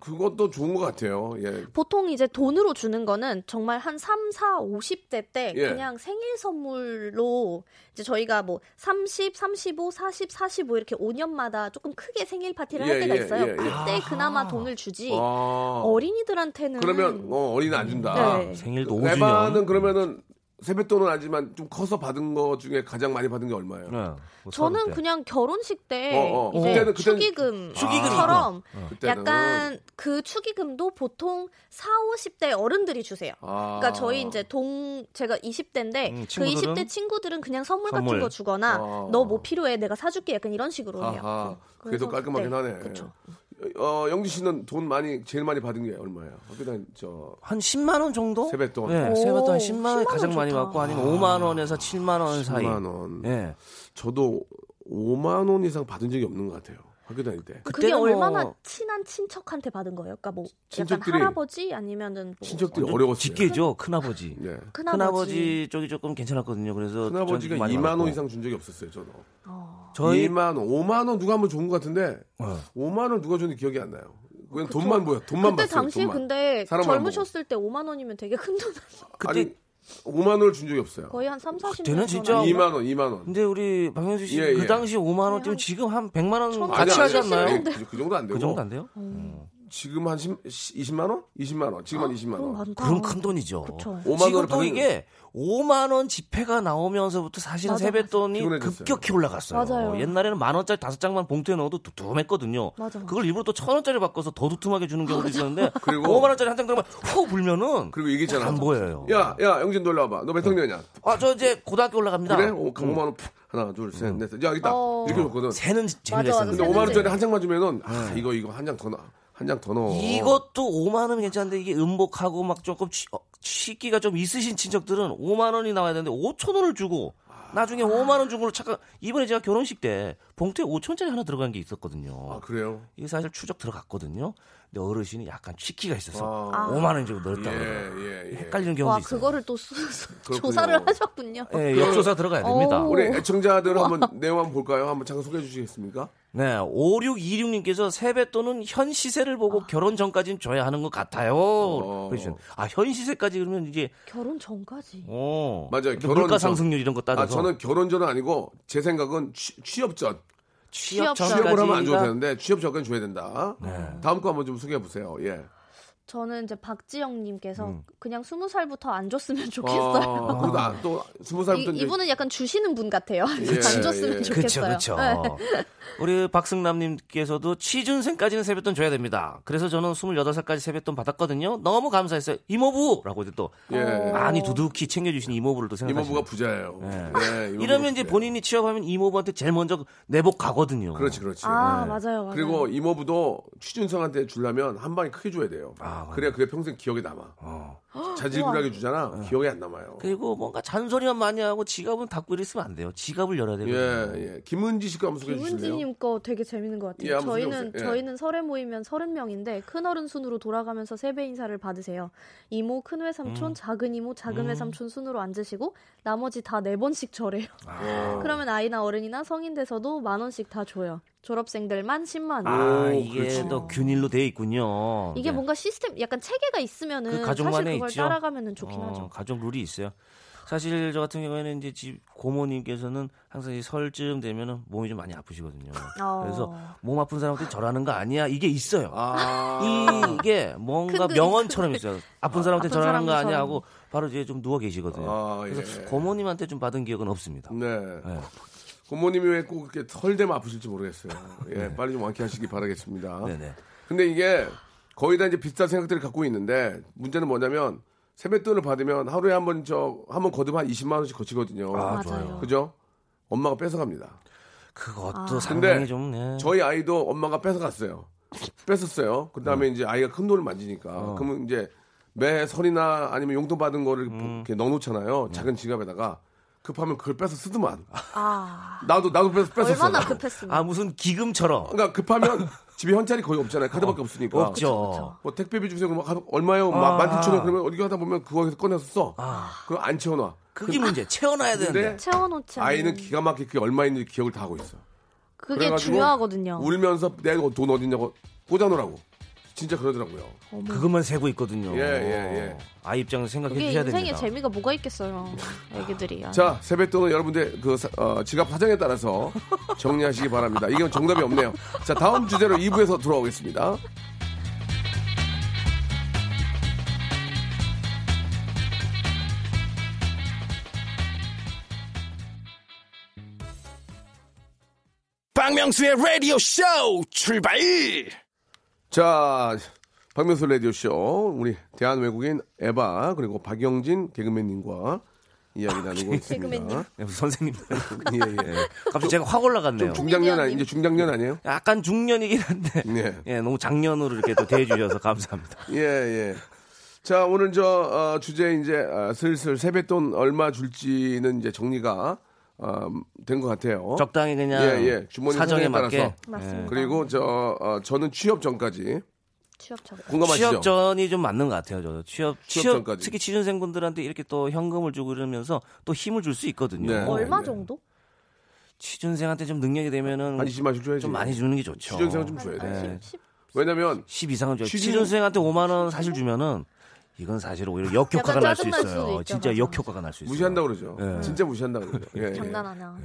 Speaker 3: 그것도 좋은 것 같아요. 예.
Speaker 7: 보통 이제 돈으로 주는 거는 정말 한 3, 4, 50대 때
Speaker 3: 예.
Speaker 7: 그냥 생일 선물로 이제 저희가 뭐 30, 35, 40, 45 이렇게 5년마다 조금 크게 생일 파티를
Speaker 3: 예,
Speaker 7: 할 때가
Speaker 3: 예,
Speaker 7: 있어요.
Speaker 3: 예, 예.
Speaker 7: 그때 그나마 돈을 주지
Speaker 3: 아.
Speaker 7: 어린이들한테는
Speaker 3: 그러면 어, 어린이 안 준다.
Speaker 7: 네.
Speaker 9: 아, 생일도 5주년.
Speaker 3: 에바는 그러면은 세뱃돈은 아니지만 좀 커서 받은 거 중에 가장 많이 받은 게 얼마예요?
Speaker 9: 네. 뭐
Speaker 7: 저는 그냥 결혼식 때
Speaker 3: 어, 어.
Speaker 7: 이제
Speaker 3: 그때는- 그때는-
Speaker 7: 축의금처럼
Speaker 3: 그때는.
Speaker 7: 약간 그 축의금도 보통 4, 50대 어른들이 주세요.
Speaker 3: 아.
Speaker 7: 그러니까 저희 이제 동 제가 20대인데
Speaker 9: 음,
Speaker 7: 그
Speaker 9: 친구들은?
Speaker 7: 20대 친구들은 그냥 선물,
Speaker 9: 선물.
Speaker 7: 같은 거 주거나
Speaker 3: 어.
Speaker 7: 너 뭐 필요해 내가 사줄게 약간 이런 식으로 해요.
Speaker 3: 아하,
Speaker 7: 음,
Speaker 3: 그게 더
Speaker 7: 그래서
Speaker 3: 깔끔하긴
Speaker 7: 그때-
Speaker 3: 하네.
Speaker 7: 그쵸.
Speaker 3: 어, 영지 씨는 돈 많이 제일 많이 받은 게 얼마예요? 학교 다닐 저
Speaker 9: 한 10만 원 정도?
Speaker 3: 세뱃돈.
Speaker 9: 네,
Speaker 7: 오,
Speaker 9: 세뱃돈 한 10만 원
Speaker 7: 10만
Speaker 9: 가장
Speaker 7: 원
Speaker 9: 많이
Speaker 7: 좋다.
Speaker 9: 받고 아니면 5만 원에서 7만 원 사이.
Speaker 3: 10만 원.
Speaker 9: 예.
Speaker 3: 저도 5만 원 이상 받은 적이 없는 것 같아요. 학교 다닐 때.
Speaker 7: 그게
Speaker 9: 그때는 뭐-
Speaker 7: 얼마나 친한 친척한테 받은 거예요? 그러니까 뭐
Speaker 3: 친척들이-
Speaker 7: 약간 할아버지 아니면은 뭐
Speaker 3: 친척들이 어려웠어요.
Speaker 9: 직계죠 큰아버지.
Speaker 3: 예.
Speaker 7: 큰아버지.
Speaker 9: 큰아버지 쪽이 조금 괜찮았거든요. 그래서
Speaker 3: 큰아버지가
Speaker 9: 저한테 그 많이
Speaker 3: 2만
Speaker 9: 받았고.
Speaker 3: 원 이상 예. 준 적이 없었어요, 저는.
Speaker 9: 저희
Speaker 3: 2만 원, 5만 원 누가 한번 좋은 것 같은데
Speaker 9: 어.
Speaker 3: 5만 원 누가 줬는지 기억이 안 나요. 그냥 돈만 보여, 돈만
Speaker 7: 그때
Speaker 3: 봤어요.
Speaker 7: 당시에
Speaker 3: 돈만.
Speaker 7: 근데
Speaker 3: 사람만 보고.
Speaker 7: 젊으셨을 때 5만 원이면 되게 큰 돈 아니에요?
Speaker 9: 그때-
Speaker 3: 아니 5만 원을 준 적이 없어요.
Speaker 7: 거의 한 3, 40년
Speaker 9: 그때는 진짜
Speaker 7: 전
Speaker 3: 2만 원, 2만 원.
Speaker 9: 근데 우리 박명수 씨
Speaker 3: 예,
Speaker 9: 그
Speaker 3: 예.
Speaker 9: 당시 5만
Speaker 7: 한
Speaker 9: 원쯤 지금 한 100만 원
Speaker 7: 천만 어,
Speaker 9: 같이
Speaker 7: 원,
Speaker 9: 하지 않나요?
Speaker 7: 칠십
Speaker 3: 그, 그 정도 안 되고.
Speaker 9: 그 정도 안 돼요?
Speaker 3: 지금 한 10, 20만 원? 20만 원. 지금 한 20만
Speaker 7: 아, 그럼
Speaker 3: 원.
Speaker 7: 많다.
Speaker 9: 그럼 큰 돈이죠.
Speaker 7: 그쵸.
Speaker 9: 지금
Speaker 3: 5만
Speaker 9: 또
Speaker 3: 원을
Speaker 9: 이게 5만 원 지폐가 나오면서부터 사실 은
Speaker 7: 맞아,
Speaker 9: 세뱃돈이
Speaker 3: 피곤해졌어요.
Speaker 9: 급격히 올라갔어요.
Speaker 7: 맞아요.
Speaker 9: 옛날에는 만 원짜리 다섯 장만 봉투에 넣어도 두툼했거든요.
Speaker 7: 맞아. 아,
Speaker 9: 그걸 일부러 또 천 원짜리 바꿔서 더 두툼하게 주는 경우도 있었는데
Speaker 3: 그리고-
Speaker 9: 5만 원짜리 한 장 들면 훅 불면은
Speaker 3: 그리고 얘기 있잖아.
Speaker 9: 안 보여요.
Speaker 3: 야, 야, 영진 놀러 와봐. 너 몇 학년이야?
Speaker 9: 아 저 이제 고등학교 올라갑니다.
Speaker 3: 그래? 오, 그럼 5만 원 푹. 하나, 둘, 셋, 넷. 야, 여기 있다.
Speaker 7: 어.
Speaker 3: 이렇게 줬거든.
Speaker 9: 새는
Speaker 7: 맞아, 맞아.
Speaker 9: 재미있었는데
Speaker 3: 근데
Speaker 7: 셋은
Speaker 3: 5만 원짜리 한 장만 주면은 아, 이거 이거 한 장 더 넣어. 한 장 더 넣어.
Speaker 9: 이것도 5만 원은 괜찮은데 이게 음복하고 막 조금 취, 어, 취기가 좀 있으신 친척들은 5만 원이 나와야 되는데 5천 원을 주고 나중에
Speaker 3: 아.
Speaker 9: 5만 원 준걸로 잠깐 이번에 제가 결혼식 때 봉투에 5천 원짜리 하나 들어간 게 있었거든요.
Speaker 3: 아, 그래요?
Speaker 9: 이게 사실 추적 들어갔거든요. 근데 어르신이 약간 취기가 있어서
Speaker 3: 아.
Speaker 9: 5만 원이 좀 넣었다
Speaker 3: 예,
Speaker 9: 고
Speaker 3: 예, 예.
Speaker 9: 헷갈리는 경우도
Speaker 7: 와
Speaker 9: 있어요.
Speaker 7: 그거를 또 수, 수-
Speaker 3: 그렇군요.
Speaker 7: 조사를 하셨군요.
Speaker 9: 예, 역조사 들어가야 됩니다.
Speaker 7: 그 오.
Speaker 3: 우리 네, 애청자들 한번 내용 한번 볼까요? 한번 잠깐 소개해 주시겠습니까?
Speaker 9: 네, 5626님께서 세뱃돈은 현 시세를 보고
Speaker 7: 아.
Speaker 9: 결혼 전까지는 줘야 하는 것 같아요.
Speaker 3: 어.
Speaker 9: 그러시죠. 아, 현 시세까지 그러면 이제
Speaker 7: 결혼 전까지.
Speaker 9: 어.
Speaker 3: 맞아요.
Speaker 9: 그러니까
Speaker 3: 결혼
Speaker 9: 물가
Speaker 3: 전-
Speaker 9: 상승률 이런 거 따져서
Speaker 3: 아, 저는 결혼 전은 아니고 제 생각은 취, 취업 전.
Speaker 7: 취업
Speaker 9: 전까지가-
Speaker 3: 취업을 하면 안 줘도 되는데 취업 전까지 줘야 된다. 다음 거 한번 좀 소개해 보세요. 예.
Speaker 7: 저는 이제 박지영님께서
Speaker 9: 음.
Speaker 7: 그냥 스무 살부터 안 줬으면 좋겠어요.
Speaker 3: 아, 그리고 나, 또 스무 살부터
Speaker 7: 이, 분은 약간 주시는 분 같아요. 안 줬으면
Speaker 3: 예.
Speaker 9: 그렇죠,
Speaker 7: 좋겠어요. 네.
Speaker 9: 그렇죠. 우리 박승남님께서도 취준생까지는 세뱃돈 줘야 됩니다. 그래서 저는 28살까지 세뱃돈 받았거든요. 너무 감사했어요. 이모부라고 이제 또
Speaker 3: 예.
Speaker 9: 많이 두둑히 챙겨주신 이모부를 또 생각하시고
Speaker 3: 이모부가 부자예요. 예, 이모부가
Speaker 9: 이러면 이제
Speaker 3: 부자예요.
Speaker 9: 본인이 취업하면 이모부한테 제일 먼저 내복 가거든요.
Speaker 3: 그렇지, 그렇지.
Speaker 7: 아 맞아요, 맞아요.
Speaker 3: 예. 그리고 이모부도 취준생한테 주려면 한 방에 크게 줘야 돼요.
Speaker 9: 아, 어.
Speaker 3: 그래야 그게 평생 기억에 남아. 자질구레하게 주잖아. 기억에 안 남아요.
Speaker 9: 그리고 뭔가 잔소리만 많이 하고 지갑은 닫고 이랬으면 안 돼요. 지갑을 열어야 돼요.
Speaker 3: 예, 예. 김은지 씨가 한번 소개해 주실래요?
Speaker 7: 김은지님 거 되게 재밌는 것 같아요.
Speaker 3: 예, 한번
Speaker 7: 저희는
Speaker 3: 소개해보세요. 예.
Speaker 7: 저희는 설에 모이면 30명인데 큰 어른 순으로 돌아가면서 세배 인사를 받으세요. 이모, 큰 외삼촌,
Speaker 9: 음.
Speaker 7: 작은 이모, 작은 외삼촌 순으로 앉으시고 나머지 다 네 번씩 절해요.
Speaker 3: 어.
Speaker 7: 그러면 아이나 어른이나 성인 돼서도 만 원씩 다 줘요. 졸업생들만 10만 원.
Speaker 9: 아,
Speaker 3: 오, 그렇죠.
Speaker 9: 이게
Speaker 3: 그렇지.
Speaker 9: 또 균일로 돼 있군요.
Speaker 7: 이게
Speaker 9: 네.
Speaker 7: 뭔가 시스템 약간 체계가 있으면은
Speaker 9: 그
Speaker 7: 사실
Speaker 9: 가족만의
Speaker 7: 그걸
Speaker 9: 있죠.
Speaker 7: 따라가면은 좋긴
Speaker 9: 어,
Speaker 7: 하죠.
Speaker 9: 가족 룰이 있어요. 사실 저 같은 경우에는 이제 집 고모님께서는 항상 이 설쯤 되면은 몸이 좀 많이 아프시거든요.
Speaker 7: 어.
Speaker 9: 그래서 몸 아픈 사람한테 절하는 거 아니야. 이게 있어요.
Speaker 3: 아,
Speaker 9: 이게 뭔가
Speaker 7: 큰 그림,
Speaker 9: 명언처럼 있어요. 아픈 사람한테
Speaker 7: 아픈
Speaker 9: 절하는 거
Speaker 7: 사람은
Speaker 9: 아니야
Speaker 7: 절.
Speaker 9: 하고 바로 이제 좀 누워 계시거든요.
Speaker 3: 아,
Speaker 9: 그래서
Speaker 3: 예.
Speaker 9: 고모님한테 좀 받은 기억은 없습니다.
Speaker 3: 네. 고모님이 왜 꼭 그렇게 설대면 아프실지 모르겠어요. 예, 빨리 좀 완쾌하시기 바라겠습니다.
Speaker 9: 네. 네네.
Speaker 3: 근데 이게 거의 다 이제 비슷한 생각들을 갖고 있는데 문제는 뭐냐면 세뱃돈을 받으면 하루에 한 번 저 한 번 거듭 한 20만 원씩 거치거든요.
Speaker 9: 아,
Speaker 7: 맞아요.
Speaker 3: 그죠? 엄마가 뺏어갑니다.
Speaker 7: 아.
Speaker 9: 그것도
Speaker 3: 근데
Speaker 9: 상당히 좀 네.
Speaker 3: 저희 아이도 엄마가 뺏어갔어요. 뺏었어요. 어. 그 다음에 이제 아이가 큰 돈을 만지니까. 그러면 이제 매 설이나 아니면 용돈 받은 거를 이렇게 넣어놓잖아요. 작은 지갑에다가. 급하면 그걸 뺏어 쓰더만.
Speaker 7: 아
Speaker 3: 나도, 나도 뺏어, 뺏었어.
Speaker 7: 얼마나
Speaker 3: 나도.
Speaker 7: 급했습니까?
Speaker 9: 아 무슨 기금처럼
Speaker 3: 그러니까 급하면 집에 현찰이 거의 없잖아요. 카드밖에 어. 없으니까.
Speaker 9: 없죠.
Speaker 3: 뭐 택배비 주세요. 그럼 한- 얼마요? 막 17,000원. 그러면 어디 가다 보면 그거에서 꺼내서 써. 그거 안 채워놔.
Speaker 9: 그게 문제. 채워놔야
Speaker 3: 근데
Speaker 7: 네.
Speaker 9: 되는데.
Speaker 7: 채워놓지 않는
Speaker 3: 아이는 기가 막히게 그게 얼마인지 기억을 다 하고 있어.
Speaker 7: 그게
Speaker 3: 그래가지고
Speaker 7: 중요하거든요.
Speaker 3: 울면서 내 돈 어딨냐고 꽂아놓으라고. 진짜 그러더라고요.
Speaker 9: 그것만 세고 있거든요.
Speaker 3: 예, 예, 예.
Speaker 9: 아이 입장에서 생각해
Speaker 7: 그게
Speaker 9: 주셔야
Speaker 7: 인생의
Speaker 9: 됩니다.
Speaker 7: 재미가 뭐가 있겠어요. 애기들이야. 아.
Speaker 3: 자, 세뱃돈은 여러분들 그 사- 어, 지갑 사정에 따라서 정리하시기 바랍니다. 이건 정답이 없네요. 자, 다음 주제로 2부에서 돌아오겠습니다.
Speaker 1: 박명수의 라디오 쇼 출발
Speaker 3: 자, 박명수 라디오쇼, 우리 대한외국인 에바, 그리고 박영진 개그맨님과 이야기 나누고
Speaker 7: 개그맨님.
Speaker 3: 있습니다.
Speaker 9: 네, 선생님. 네,
Speaker 3: 예, 예.
Speaker 9: 갑자기 제가 확 올라갔네요.
Speaker 3: 중장년, 아니,
Speaker 7: 코미디언님.
Speaker 3: 이제 중장년 아니에요?
Speaker 9: 약간 중년이긴 한데.
Speaker 3: 네.
Speaker 9: 예, 너무 장년으로 이렇게 또 대해주셔서 감사합니다.
Speaker 3: 예, 예. 자, 오늘 저, 어, 주제 이제 어, 슬슬 세뱃돈 얼마 줄지는 이제 정리가 어, 된 것 같아요.
Speaker 9: 적당히 그냥
Speaker 3: 예, 예. 주머니
Speaker 9: 사정에
Speaker 3: 사정에 따라서.
Speaker 9: 맞게.
Speaker 7: 맞습니다.
Speaker 3: 그리고 저, 어, 저는 취업 전까지
Speaker 7: 취업 전.
Speaker 3: 공감하시죠?
Speaker 9: 취업 전이 좀 맞는 것 같아요. 저도 취업
Speaker 3: 취업
Speaker 9: 취업
Speaker 3: 전까지.
Speaker 9: 특히 취준생분들한테 이렇게 또 현금을 주고 이러면서 또 힘을 줄 수 있거든요.
Speaker 3: 네. 어,
Speaker 7: 얼마
Speaker 3: 네.
Speaker 7: 정도?
Speaker 9: 취준생한테 좀 능력이 되면은
Speaker 3: 많이 마시줘야지
Speaker 9: 좀 많이 네. 주는 게 좋죠.
Speaker 3: 취준생은 좀 줘야 돼.
Speaker 7: 한 10, 10?
Speaker 3: 왜냐면,
Speaker 9: 10 이상은 줘요.
Speaker 3: 취준-
Speaker 9: 취준생한테 5만 원 사실 주면은 이건 사실 오히려 역효과가
Speaker 7: 약간
Speaker 9: 날 수
Speaker 7: 짜증날
Speaker 9: 있어요.
Speaker 7: 수도 있죠,
Speaker 9: 진짜
Speaker 7: 맞아.
Speaker 9: 역효과가 날 수 있어요.
Speaker 3: 무시한다고 그러죠.
Speaker 9: 예.
Speaker 3: 진짜 무시한다고 그러죠. 예, 예.
Speaker 7: 장난하냐.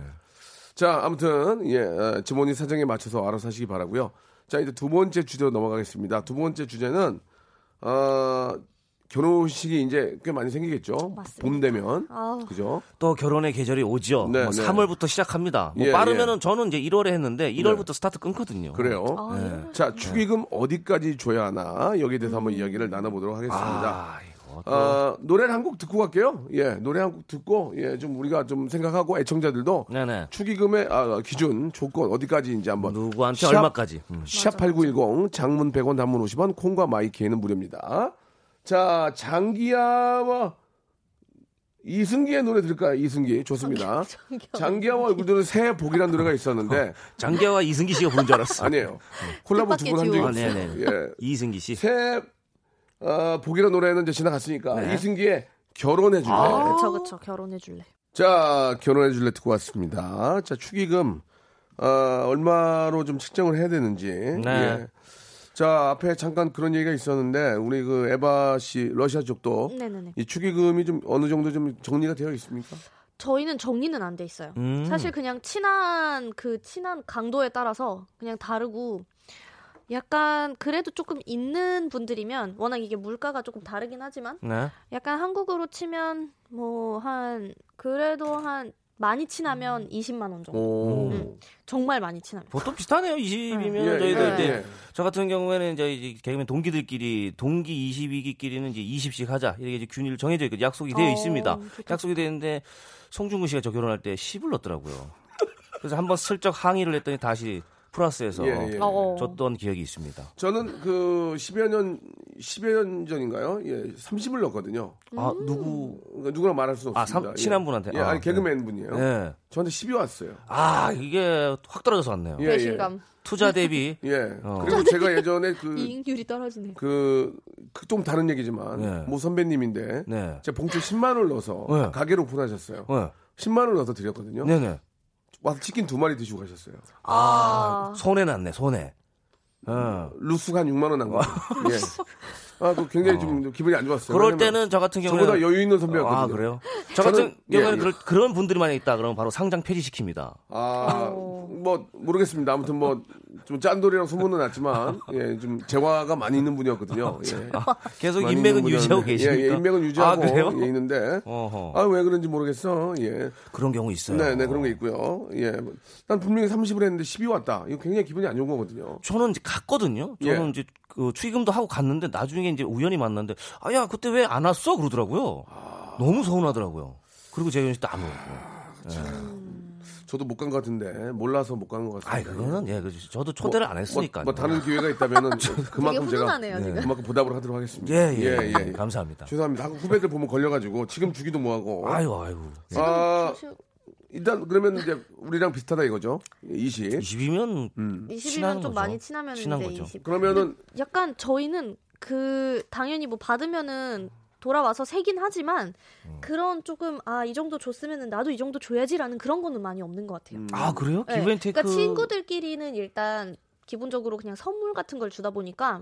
Speaker 3: 자, 아무튼 예, 어, 지모니 사정에 맞춰서 알아서 하시기 바라고요. 자, 이제 두 번째 주제로 넘어가겠습니다. 두 번째 주제는 어, 결혼식이 이제 꽤 많이 생기겠죠.
Speaker 7: 맞습니다.
Speaker 3: 봄 되면.
Speaker 7: 아우.
Speaker 3: 그죠?
Speaker 9: 또 결혼의 계절이 오죠.
Speaker 3: 네,
Speaker 9: 뭐
Speaker 3: 네.
Speaker 9: 3월부터 시작합니다. 뭐
Speaker 3: 예, 네.
Speaker 9: 빠르면은 저는 이제 1월에 했는데 1월부터 스타트 끊거든요.
Speaker 3: 그래요. 예.
Speaker 7: 아, 이런-
Speaker 3: 자, 축의금 어디까지 줘야 하나? 여기에 대해서 한번 이야기를 나눠보도록 하겠습니다.
Speaker 9: 아, 이거 또
Speaker 3: 어, 노래를 한 곡 듣고 갈게요. 예, 노래 한 곡 듣고 예, 좀 우리가 좀 생각하고 애청자들도
Speaker 9: 네네.
Speaker 3: 축의금의 아, 기준 조건 어디까지인지 한번
Speaker 9: 누구한테
Speaker 3: 시합-
Speaker 9: 얼마까지? 음.
Speaker 3: 샵8910 장문 100원 단문 50원 콩과 마이케이는 무료입니다. 자, 장기야와 이승기의 노래 들을까요? 이승기 좋습니다. 장기야와 얼굴들은 새해 복이라는 노래가 있었는데
Speaker 9: 장기화와 이승기 씨가 부른 줄 알았어.
Speaker 3: 아니에요. 콜라보 두 분 한 적이
Speaker 7: 뜻밖의
Speaker 3: 없어요.
Speaker 9: 듀오. 아, 네네.
Speaker 3: 예.
Speaker 9: 이승기 씨.
Speaker 3: 새해 어, 복이라는 노래는 이제 지나갔으니까
Speaker 9: 네.
Speaker 3: 이승기의 결혼해 줄래.
Speaker 9: 아,
Speaker 7: 그쵸, 그쵸. 결혼해줄래.
Speaker 3: 자, 결혼해 줄래 듣고 왔습니다. 자, 축의금 어, 얼마로 좀 책정을 해야 되는지. 예.
Speaker 9: 네.
Speaker 3: 자, 앞에 잠깐 그런 얘기가 있었는데 우리 그 에바 씨 러시아 쪽도
Speaker 7: 네네네.
Speaker 3: 이 축의금이 좀 어느 정도 좀 정리가 되어 있습니까?
Speaker 7: 저희는 정리는 안 돼 있어요.
Speaker 3: 음.
Speaker 7: 사실 그냥 친한 그 친한 강도에 따라서 그냥 다르고 약간 그래도 조금 있는 분들이면 워낙 이게 물가가 조금 다르긴 하지만
Speaker 9: 네.
Speaker 7: 약간 한국으로 치면 뭐 한 그래도 한 많이 친하면 20만 원 정도.
Speaker 3: 오.
Speaker 7: 정말 많이 친하면.
Speaker 9: 보통 비슷하네요. 20이면 음. 예,
Speaker 3: 예,
Speaker 9: 저희들 이제 저 같은 경우에는 이제 이 개그맨 동기들끼리 동기 22기끼리는 이제 20씩 하자 이렇게 이제 균일 정해져 있고 약속이 되어
Speaker 7: 어,
Speaker 9: 있습니다.
Speaker 7: 좋다.
Speaker 9: 약속이 되는데 송중근 씨가 저 결혼할 때 10을 넣었더라고요. 그래서 한번 슬쩍 항의를 했더니 다시 플러스해서
Speaker 3: 예, 예.
Speaker 7: 어.
Speaker 9: 줬던 기억이 있습니다.
Speaker 3: 저는 그 10여 년 10여 년 전인가요? 예, 30을 넣었거든요.
Speaker 9: 아 누구?
Speaker 3: 그러니까 누구랑 말할 수 없습니다.
Speaker 9: 아, 삼- 친한 분한테?
Speaker 3: 예,
Speaker 9: 아,
Speaker 3: 아니
Speaker 9: 네.
Speaker 3: 개그맨 분이에요.
Speaker 9: 예.
Speaker 3: 저한테 10이 왔어요.
Speaker 9: 아 이게 확 떨어져서 왔네요.
Speaker 3: 예,
Speaker 8: 배신감.
Speaker 9: 투자 대비
Speaker 3: 예. 예.
Speaker 9: 어.
Speaker 3: 그리고 제가 예전에 그
Speaker 7: 이익률이 떨어지네.
Speaker 3: 그, 그 좀 다른 얘기지만
Speaker 9: 네.
Speaker 3: 모 선배님인데
Speaker 9: 네.
Speaker 3: 제가 봉투 10만 원을 넣어서
Speaker 9: 네.
Speaker 3: 가게를 오픈하셨어요.
Speaker 9: 네.
Speaker 3: 10만 원을 넣어서 드렸거든요.
Speaker 9: 네네.
Speaker 3: 와서 치킨 두 마리 드시고 가셨어요.
Speaker 9: 아, 손해 났네 손해. 어.
Speaker 3: 루스 한 6만 원 한 거. 예. 아, 그 굉장히 좀 기분이 안 좋았어요.
Speaker 9: 아. 그럴
Speaker 3: 왜냐면
Speaker 9: 때는 저 같은 경우는
Speaker 3: 저보다 여유 있는 선배였거든요.
Speaker 9: 아 그래요? 저
Speaker 3: 저는-
Speaker 9: 같은
Speaker 3: 예,
Speaker 9: 경우에는
Speaker 3: 예.
Speaker 9: 그럴- 그런 분들이 만약 있다 그러면 바로 상장 폐지시킵니다.
Speaker 3: 아, 뭐 모르겠습니다. 아무튼 뭐 좀 짠돌이랑 소문은 났지만 예, 좀 재화가 많이 있는 분이었거든요. 예.
Speaker 9: 아, 계속
Speaker 3: 많이
Speaker 9: 인맥은
Speaker 3: 있는
Speaker 9: 유지하고
Speaker 3: 분이었는데.
Speaker 9: 계십니까?
Speaker 3: 예, 예, 인맥은 유지하고
Speaker 9: 아, 그래요?
Speaker 3: 예, 있는데.
Speaker 9: 어허.
Speaker 3: 아, 왜 그런지 모르겠어. 예.
Speaker 9: 그런 경우 있어요.
Speaker 3: 네, 네, 그런 게 있고요. 예. 난 분명히 30을 했는데 10이 왔다. 이거 굉장히 기분이 안 좋은 거거든요.
Speaker 9: 저는 이제 갔거든요. 저는
Speaker 3: 예.
Speaker 9: 이제 그 추기금도 하고 갔는데 나중에 이제 우연히 만났는데 아야 그때 왜 안 왔어 그러더라고요.
Speaker 3: 아.
Speaker 9: 너무 서운하더라고요. 그리고 제가 연식 때안 오고.
Speaker 3: 저도 못 간 것 같은데 몰라서 못 간 것
Speaker 9: 아이
Speaker 3: 같아요.
Speaker 9: 그거는 예, 그 저도 초대를 안 했으니까.
Speaker 3: 뭐, 뭐 다른 기회가 있다면은 그만큼
Speaker 7: 되게
Speaker 3: 제가
Speaker 7: 훈훈하네요, 지금.
Speaker 3: 그만큼 보답을 하도록 하겠습니다.
Speaker 9: 예, 예, 예. 감사합니다.
Speaker 3: 죄송합니다. 하고 후배들 보면 걸려가지고 지금 주기도 뭐하고.
Speaker 9: 아유 아유.
Speaker 3: 아,
Speaker 7: 지금
Speaker 3: 일단 그러면 이제 우리랑 비슷하다 이거죠. 20.
Speaker 9: 20이면
Speaker 7: 20이면
Speaker 9: 친한
Speaker 7: 좀
Speaker 9: 거죠.
Speaker 7: 많이 친하면
Speaker 9: 친한
Speaker 7: 이제
Speaker 9: 거죠.
Speaker 7: 20.
Speaker 3: 그러면은
Speaker 7: 약간 저희는 그 당연히 뭐 받으면은 돌아와서 세긴 하지만
Speaker 9: 음.
Speaker 7: 그런 조금 아 이 정도 줬으면은 나도 이 정도 줘야지라는 그런 거는 많이 없는 것 같아요.
Speaker 9: 아 그래요?
Speaker 7: 네.
Speaker 9: 기브앤 테이크.
Speaker 7: 그러니까 친구들끼리는 일단 기본적으로 그냥 선물 같은 걸 주다 보니까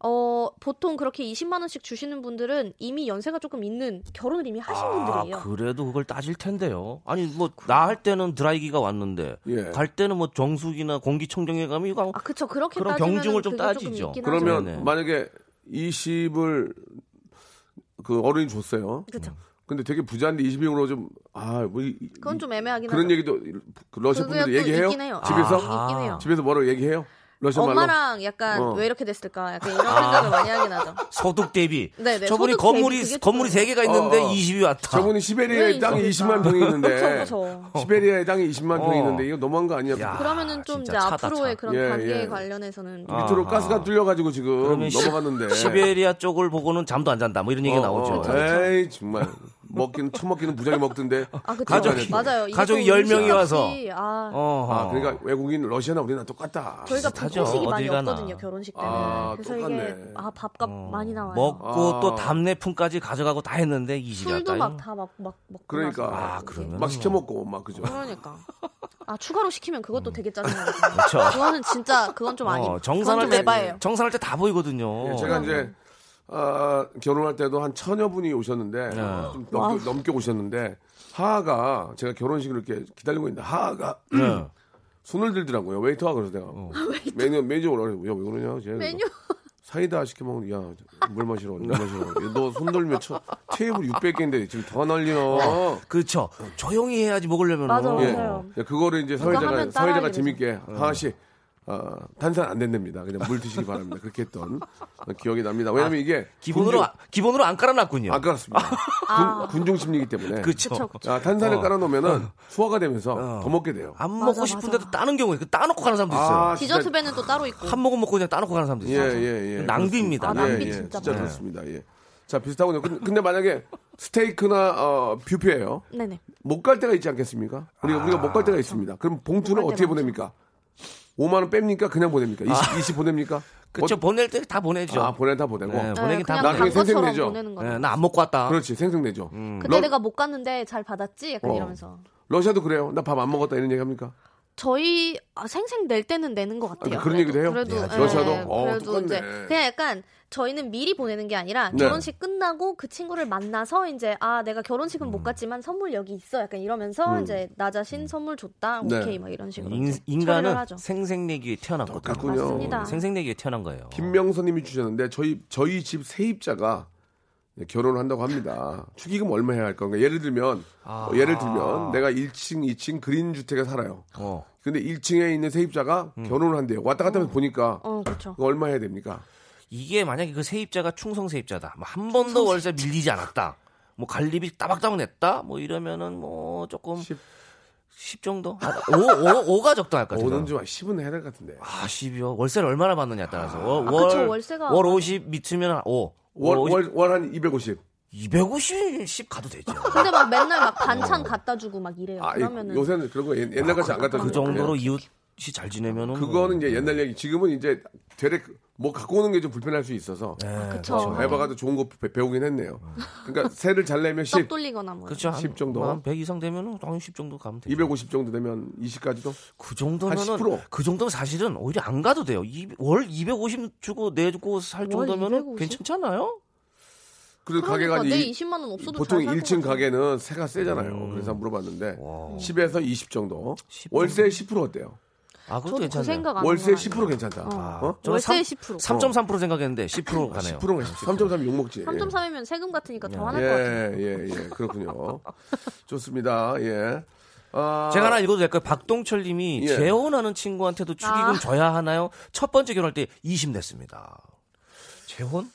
Speaker 7: 어 보통 그렇게 20만 원씩 주시는 분들은 이미 연세가 조금 있는 결혼을 이미 하신 분들이에요. 그-
Speaker 9: 아, 그래도 그걸 따질 텐데요. 아니 뭐 나 할 때는 드라이기가 왔는데
Speaker 3: 예.
Speaker 9: 갈 때는 뭐 정수기나 공기청정기 가면 이거
Speaker 7: 아 그쵸 그렇게
Speaker 9: 그런
Speaker 7: 따지면
Speaker 9: 경중을 좀
Speaker 7: 그게
Speaker 9: 따지죠.
Speaker 7: 조금 있긴 하죠.
Speaker 3: 그러면
Speaker 9: 네.
Speaker 3: 만약에 20을 그 어른이 줬어요.
Speaker 7: 그쵸.
Speaker 3: 근데 되게 부자인데 20으로 좀 아, 뭐 이- 이-
Speaker 9: 음.
Speaker 7: 그건 좀 애매하긴
Speaker 3: 그런
Speaker 7: 하죠.
Speaker 3: 얘기도 그 러시아
Speaker 7: 그게 또
Speaker 3: 분들 얘기해요?
Speaker 7: 있긴 해요.
Speaker 3: 집에서
Speaker 7: 아, 있긴 해요.
Speaker 3: 집에서 뭐라고 얘기해요? 러시아 말로.
Speaker 7: 엄마랑 약간
Speaker 3: 어.
Speaker 7: 왜 이렇게 됐을까 약간 이런
Speaker 9: 아.
Speaker 7: 생각을 많이 하긴 하죠.
Speaker 9: 소득 대비.
Speaker 7: 네, 네,
Speaker 9: 저분이
Speaker 7: 소득
Speaker 9: 건물이
Speaker 7: 대비 그게
Speaker 9: 건물이
Speaker 7: 좀-
Speaker 9: 세 개가 있는데
Speaker 3: 어, 어.
Speaker 9: 20이 왔다.
Speaker 3: 저분이
Speaker 7: 왜
Speaker 3: 시베리아에 땅이
Speaker 7: 이렇게
Speaker 3: 20만 평이 있는데
Speaker 7: 그쵸,
Speaker 3: 시베리아에 땅이 20만 평이
Speaker 9: 어.
Speaker 3: 있는데 이거 너무한 거 아니야?
Speaker 9: 야,
Speaker 7: 그러면은 좀
Speaker 9: 진짜
Speaker 7: 이제
Speaker 9: 차다,
Speaker 7: 앞으로의
Speaker 9: 차.
Speaker 7: 그런
Speaker 3: 예,
Speaker 7: 관계에
Speaker 3: 예.
Speaker 7: 관련해서는 좀
Speaker 3: 밑으로
Speaker 9: 아하.
Speaker 3: 가스가 뚫려 가지고 지금
Speaker 9: 그러면 시-
Speaker 7: 네.
Speaker 3: 넘어갔는데
Speaker 9: 시베리아 쪽을 보고는 잠도 안 잔다. 뭐 이런 얘기가
Speaker 3: 어, 어,
Speaker 7: 그렇죠,
Speaker 9: 나오죠.
Speaker 3: 에이 정말 먹기는 처먹기는 무지하게 먹던데.
Speaker 9: 어.
Speaker 7: 아, 그쵸.
Speaker 9: 가족이-
Speaker 7: 맞아요. 이게 또
Speaker 9: 가족이 열 명이
Speaker 7: 음식값이-
Speaker 9: 와서.
Speaker 7: 아,
Speaker 9: 어허.
Speaker 3: 아 그러니까 외국인 러시아나 우리나 똑같다.
Speaker 7: 저희가
Speaker 9: 비슷하죠.
Speaker 7: 밥식이 많이
Speaker 9: 어딜 가나.
Speaker 7: 없거든요 결혼식 때는.
Speaker 3: 아,
Speaker 7: 그래서
Speaker 3: 똑같네.
Speaker 7: 이게 아 밥값 많이 나와요.
Speaker 9: 먹고
Speaker 3: 아.
Speaker 9: 또 담내품까지 가져가고 다 했는데 20이 왔다.
Speaker 7: 술도 막 다 막 막 먹고. 나서.
Speaker 3: 그러니까
Speaker 9: 아, 그러면
Speaker 3: 막 시켜 먹고 막 그죠.
Speaker 7: 그러니까. 아 추가로 시키면 그것도 되게 짜증나요.
Speaker 9: 음. 그렇죠.
Speaker 7: 그거는 진짜 그건 좀 아니.
Speaker 9: 어,
Speaker 7: 고
Speaker 9: 정산할
Speaker 7: 좀
Speaker 9: 때
Speaker 7: 에바예요.
Speaker 9: 정산할 때 다 보이거든요.
Speaker 3: 예, 제가
Speaker 7: 네.
Speaker 3: 이제 아, 결혼할 때도 한 천여 분이
Speaker 9: 네.
Speaker 3: 오셨는데 좀 넘게, 넘게 오셨는데 하하가 제가 결혼식을 이렇게 기다리고 있는데 하하가
Speaker 9: 네. 어.
Speaker 3: 손을 들더라고요 웨이터가 그래서 내가 메뉴 메뉴 오라고 야왜 그러냐 쟤
Speaker 7: 메뉴.
Speaker 3: 사이다 시켜 먹는 야물 마시러 물 마시러 너 손 들면 쳐 테이블 600개인데 지금 더 난리야
Speaker 9: 그렇죠. 조용히 해야지 먹으려면.
Speaker 7: 맞아,
Speaker 3: 예.
Speaker 7: 맞아요.
Speaker 3: 예, 그거를 이제 사회자가
Speaker 7: 하면
Speaker 3: 사회자가
Speaker 7: 따라하게
Speaker 3: 재밌게
Speaker 9: 네.
Speaker 3: 하하 씨 어, 탄산 안 된답니다 그냥 물 드시기 바랍니다 그렇게 했던 기억이 납니다 왜냐면 이게
Speaker 9: 기본으로
Speaker 3: 군중-
Speaker 9: 안- 기본으로 안 예. 깔아놨군요.
Speaker 7: 그-
Speaker 3: 안 깔았습니다.
Speaker 7: 아.
Speaker 3: 군, 군중심리기 때문에.
Speaker 9: 그렇죠.
Speaker 3: 아, 탄산을 깔아놓으면은
Speaker 9: 어.
Speaker 3: 소화가 되면서 더 먹게 돼요. 아,
Speaker 9: 안
Speaker 7: 맞아,
Speaker 9: 먹고
Speaker 7: 맞아.
Speaker 9: 싶은데도 따는 경우 있고 따놓고 가는 사람도 있어요.
Speaker 7: 디저트 배는 또 따로 있고.
Speaker 9: 한 모금 먹고 그냥 따놓고 가는 사람도 있어요.
Speaker 3: 예예예. 예.
Speaker 9: 낭비입니다.
Speaker 7: 아, 낭비 진짜 많아요.
Speaker 3: 그렇습니다. 예. 자 비슷하군요. 근데, 근데 만약에 스테이크나 어, 뷔페예요.
Speaker 7: 네네.
Speaker 3: 못 갈 때가 있지 않겠습니까? 우리가 우리가 못 갈
Speaker 9: 아.
Speaker 3: 때가 있습니다. 그럼 봉투는
Speaker 7: 못갈
Speaker 3: 어떻게
Speaker 7: 때가
Speaker 3: 보냅니까? 5만 원 뺍니까? 그냥 보냅니까? 20, 20 보냅니까?
Speaker 9: 아. 그렇죠. 보낼 때 다 보내죠.
Speaker 3: 어, 아 보내 다 보내고.
Speaker 9: 네,
Speaker 7: 네,
Speaker 9: 보내긴 다
Speaker 7: 그냥
Speaker 3: 나중에
Speaker 7: 간
Speaker 9: 보내.
Speaker 7: 것처럼
Speaker 3: 생생내죠. 예,
Speaker 7: 보내는 거죠.
Speaker 9: 나 안 먹고 왔다.
Speaker 3: 그렇지 생생내죠.
Speaker 9: 음.
Speaker 7: 그때
Speaker 3: 러-
Speaker 7: 내가 못 갔는데 잘 받았지? 약간
Speaker 3: 어.
Speaker 7: 이러면서.
Speaker 3: 러시아도 그래요. 나 밥 안 먹었다 이런 얘기 합니까?
Speaker 7: 저희 아, 생생 낼 때는 내는 것 같아요.
Speaker 3: 아, 그런
Speaker 7: 그래도.
Speaker 3: 얘기도 해요?
Speaker 7: 그래도
Speaker 3: 야,
Speaker 7: 예,
Speaker 3: 여자도? 어,
Speaker 7: 그래도
Speaker 3: 똑같네.
Speaker 7: 이제 그냥 약간 저희는 미리 보내는 게 아니라
Speaker 3: 네.
Speaker 7: 결혼식 끝나고 그 친구를 만나서 이제 아 내가 결혼식은
Speaker 9: 음.
Speaker 7: 못 갔지만 선물 여기 있어 약간 이러면서 이제 나 자신 선물 줬다
Speaker 3: 음. 네.
Speaker 7: 오케이 막 이런 식으로
Speaker 9: 인,
Speaker 7: 이제 처리를
Speaker 9: 인간은
Speaker 7: 하죠.
Speaker 9: 생생내기에 태어났거든요.
Speaker 3: 똑같군요.
Speaker 7: 아, 맞습니다.
Speaker 9: 생생내기에 태어난 거예요.
Speaker 3: 김명선님이 주셨는데 저희 저희 집 세입자가 결혼을 한다고 합니다. 축의금 얼마 해야 할 건가? 예를 들면 어, 예를
Speaker 9: 아.
Speaker 3: 들면 내가 1층, 2층 그린 주택에 살아요.
Speaker 9: 어.
Speaker 3: 근데 1층에 있는 세입자가
Speaker 9: 음.
Speaker 3: 결혼을 한대요. 왔다 갔다 하면서 보니까
Speaker 7: 어 그렇죠.
Speaker 3: 그거 얼마 해야 됩니까?
Speaker 9: 이게 만약에 그 세입자가 충성 세입자다. 뭐 한 번도 월세 밀리지 않았다. 뭐 관리비 따박따박 냈다. 뭐 이러면은 뭐 조금 10,
Speaker 3: 10.
Speaker 9: 정도? 아, 5, 5, 가 적당할 것 같아요.
Speaker 3: 5는 좀 10은 해야 될 것 같은데.
Speaker 9: 아, 10이요. 월세를 얼마나 받느냐에 따라서. 월,
Speaker 7: 아, 그쵸, 월세가
Speaker 9: 월 50 미치면 5.
Speaker 3: 월월한 250.
Speaker 9: 250, 10 가도 되죠.
Speaker 7: 근데 막 맨날 막
Speaker 9: 어.
Speaker 7: 반찬 갖다 주고 막 이래요.
Speaker 3: 아, 이-
Speaker 7: 그러면은
Speaker 3: 요새는 그런 거 옛- 옛날같이 안 갖다
Speaker 9: 그
Speaker 3: 주니까.
Speaker 9: 정도로 이웃이 잘 지내면은. 뭐-
Speaker 3: 그거는 이제 옛날 얘기. 지금은 이제 되레 뭐 갖고 오는 게 좀 불편할 수 있어서
Speaker 9: 네, 어.
Speaker 7: 그쵸.
Speaker 3: 에바가도 좋은 거 배- 배우긴 했네요. 그러니까 세를 잘 내면 10,
Speaker 7: 떡 돌리거나 뭐.
Speaker 9: 그렇죠. 한,
Speaker 3: 10 정도?
Speaker 9: 뭐한100 이상 되면은 당연히 10 정도 가면 되죠.
Speaker 3: 250 정도 되면 20까지도
Speaker 9: 그 정도면은
Speaker 3: 10%.
Speaker 9: 그 정도면 사실은 오히려 안 가도 돼요. 이- 월 250 주고 내주고 살
Speaker 7: 월
Speaker 9: 정도면은
Speaker 7: 250?
Speaker 9: 괜찮잖아요.
Speaker 3: 그래서 가게가
Speaker 7: 그러니까
Speaker 3: 이제
Speaker 7: 내
Speaker 3: 이-
Speaker 7: 20만 원 없어도
Speaker 3: 보통
Speaker 7: 잘살것
Speaker 3: 1층
Speaker 7: 같아요.
Speaker 3: 가게는 세가 세잖아요.
Speaker 9: 음.
Speaker 3: 그래서 물어봤는데 10에서 20 정도.
Speaker 9: 10
Speaker 3: 월세 10% 어때요?
Speaker 9: 아, 그것도
Speaker 7: 저도 그
Speaker 9: 괜찮아요. 아,
Speaker 7: 생각 안
Speaker 3: 월세
Speaker 7: 해봐요.
Speaker 3: 10% 괜찮다. 어?
Speaker 9: 저는
Speaker 7: 월세
Speaker 9: 삼-
Speaker 7: 10%.
Speaker 9: 3.3% 생각했는데 10%
Speaker 7: 아,
Speaker 9: 가네요.
Speaker 3: 10%가 3.3 욕먹지.
Speaker 7: 3.3이면 세금 같으니까 더 화날 것
Speaker 3: 예,
Speaker 7: 같아요.
Speaker 3: 예, 예. 그렇군요. 좋습니다. 예. 아,
Speaker 9: 제가 하나 읽어도 될까요? 박동철 님이
Speaker 3: 예.
Speaker 9: 재혼하는 친구한테도 축의금
Speaker 7: 아.
Speaker 9: 줘야 하나요? 첫 번째 결혼할 때 20 냈습니다. 재혼?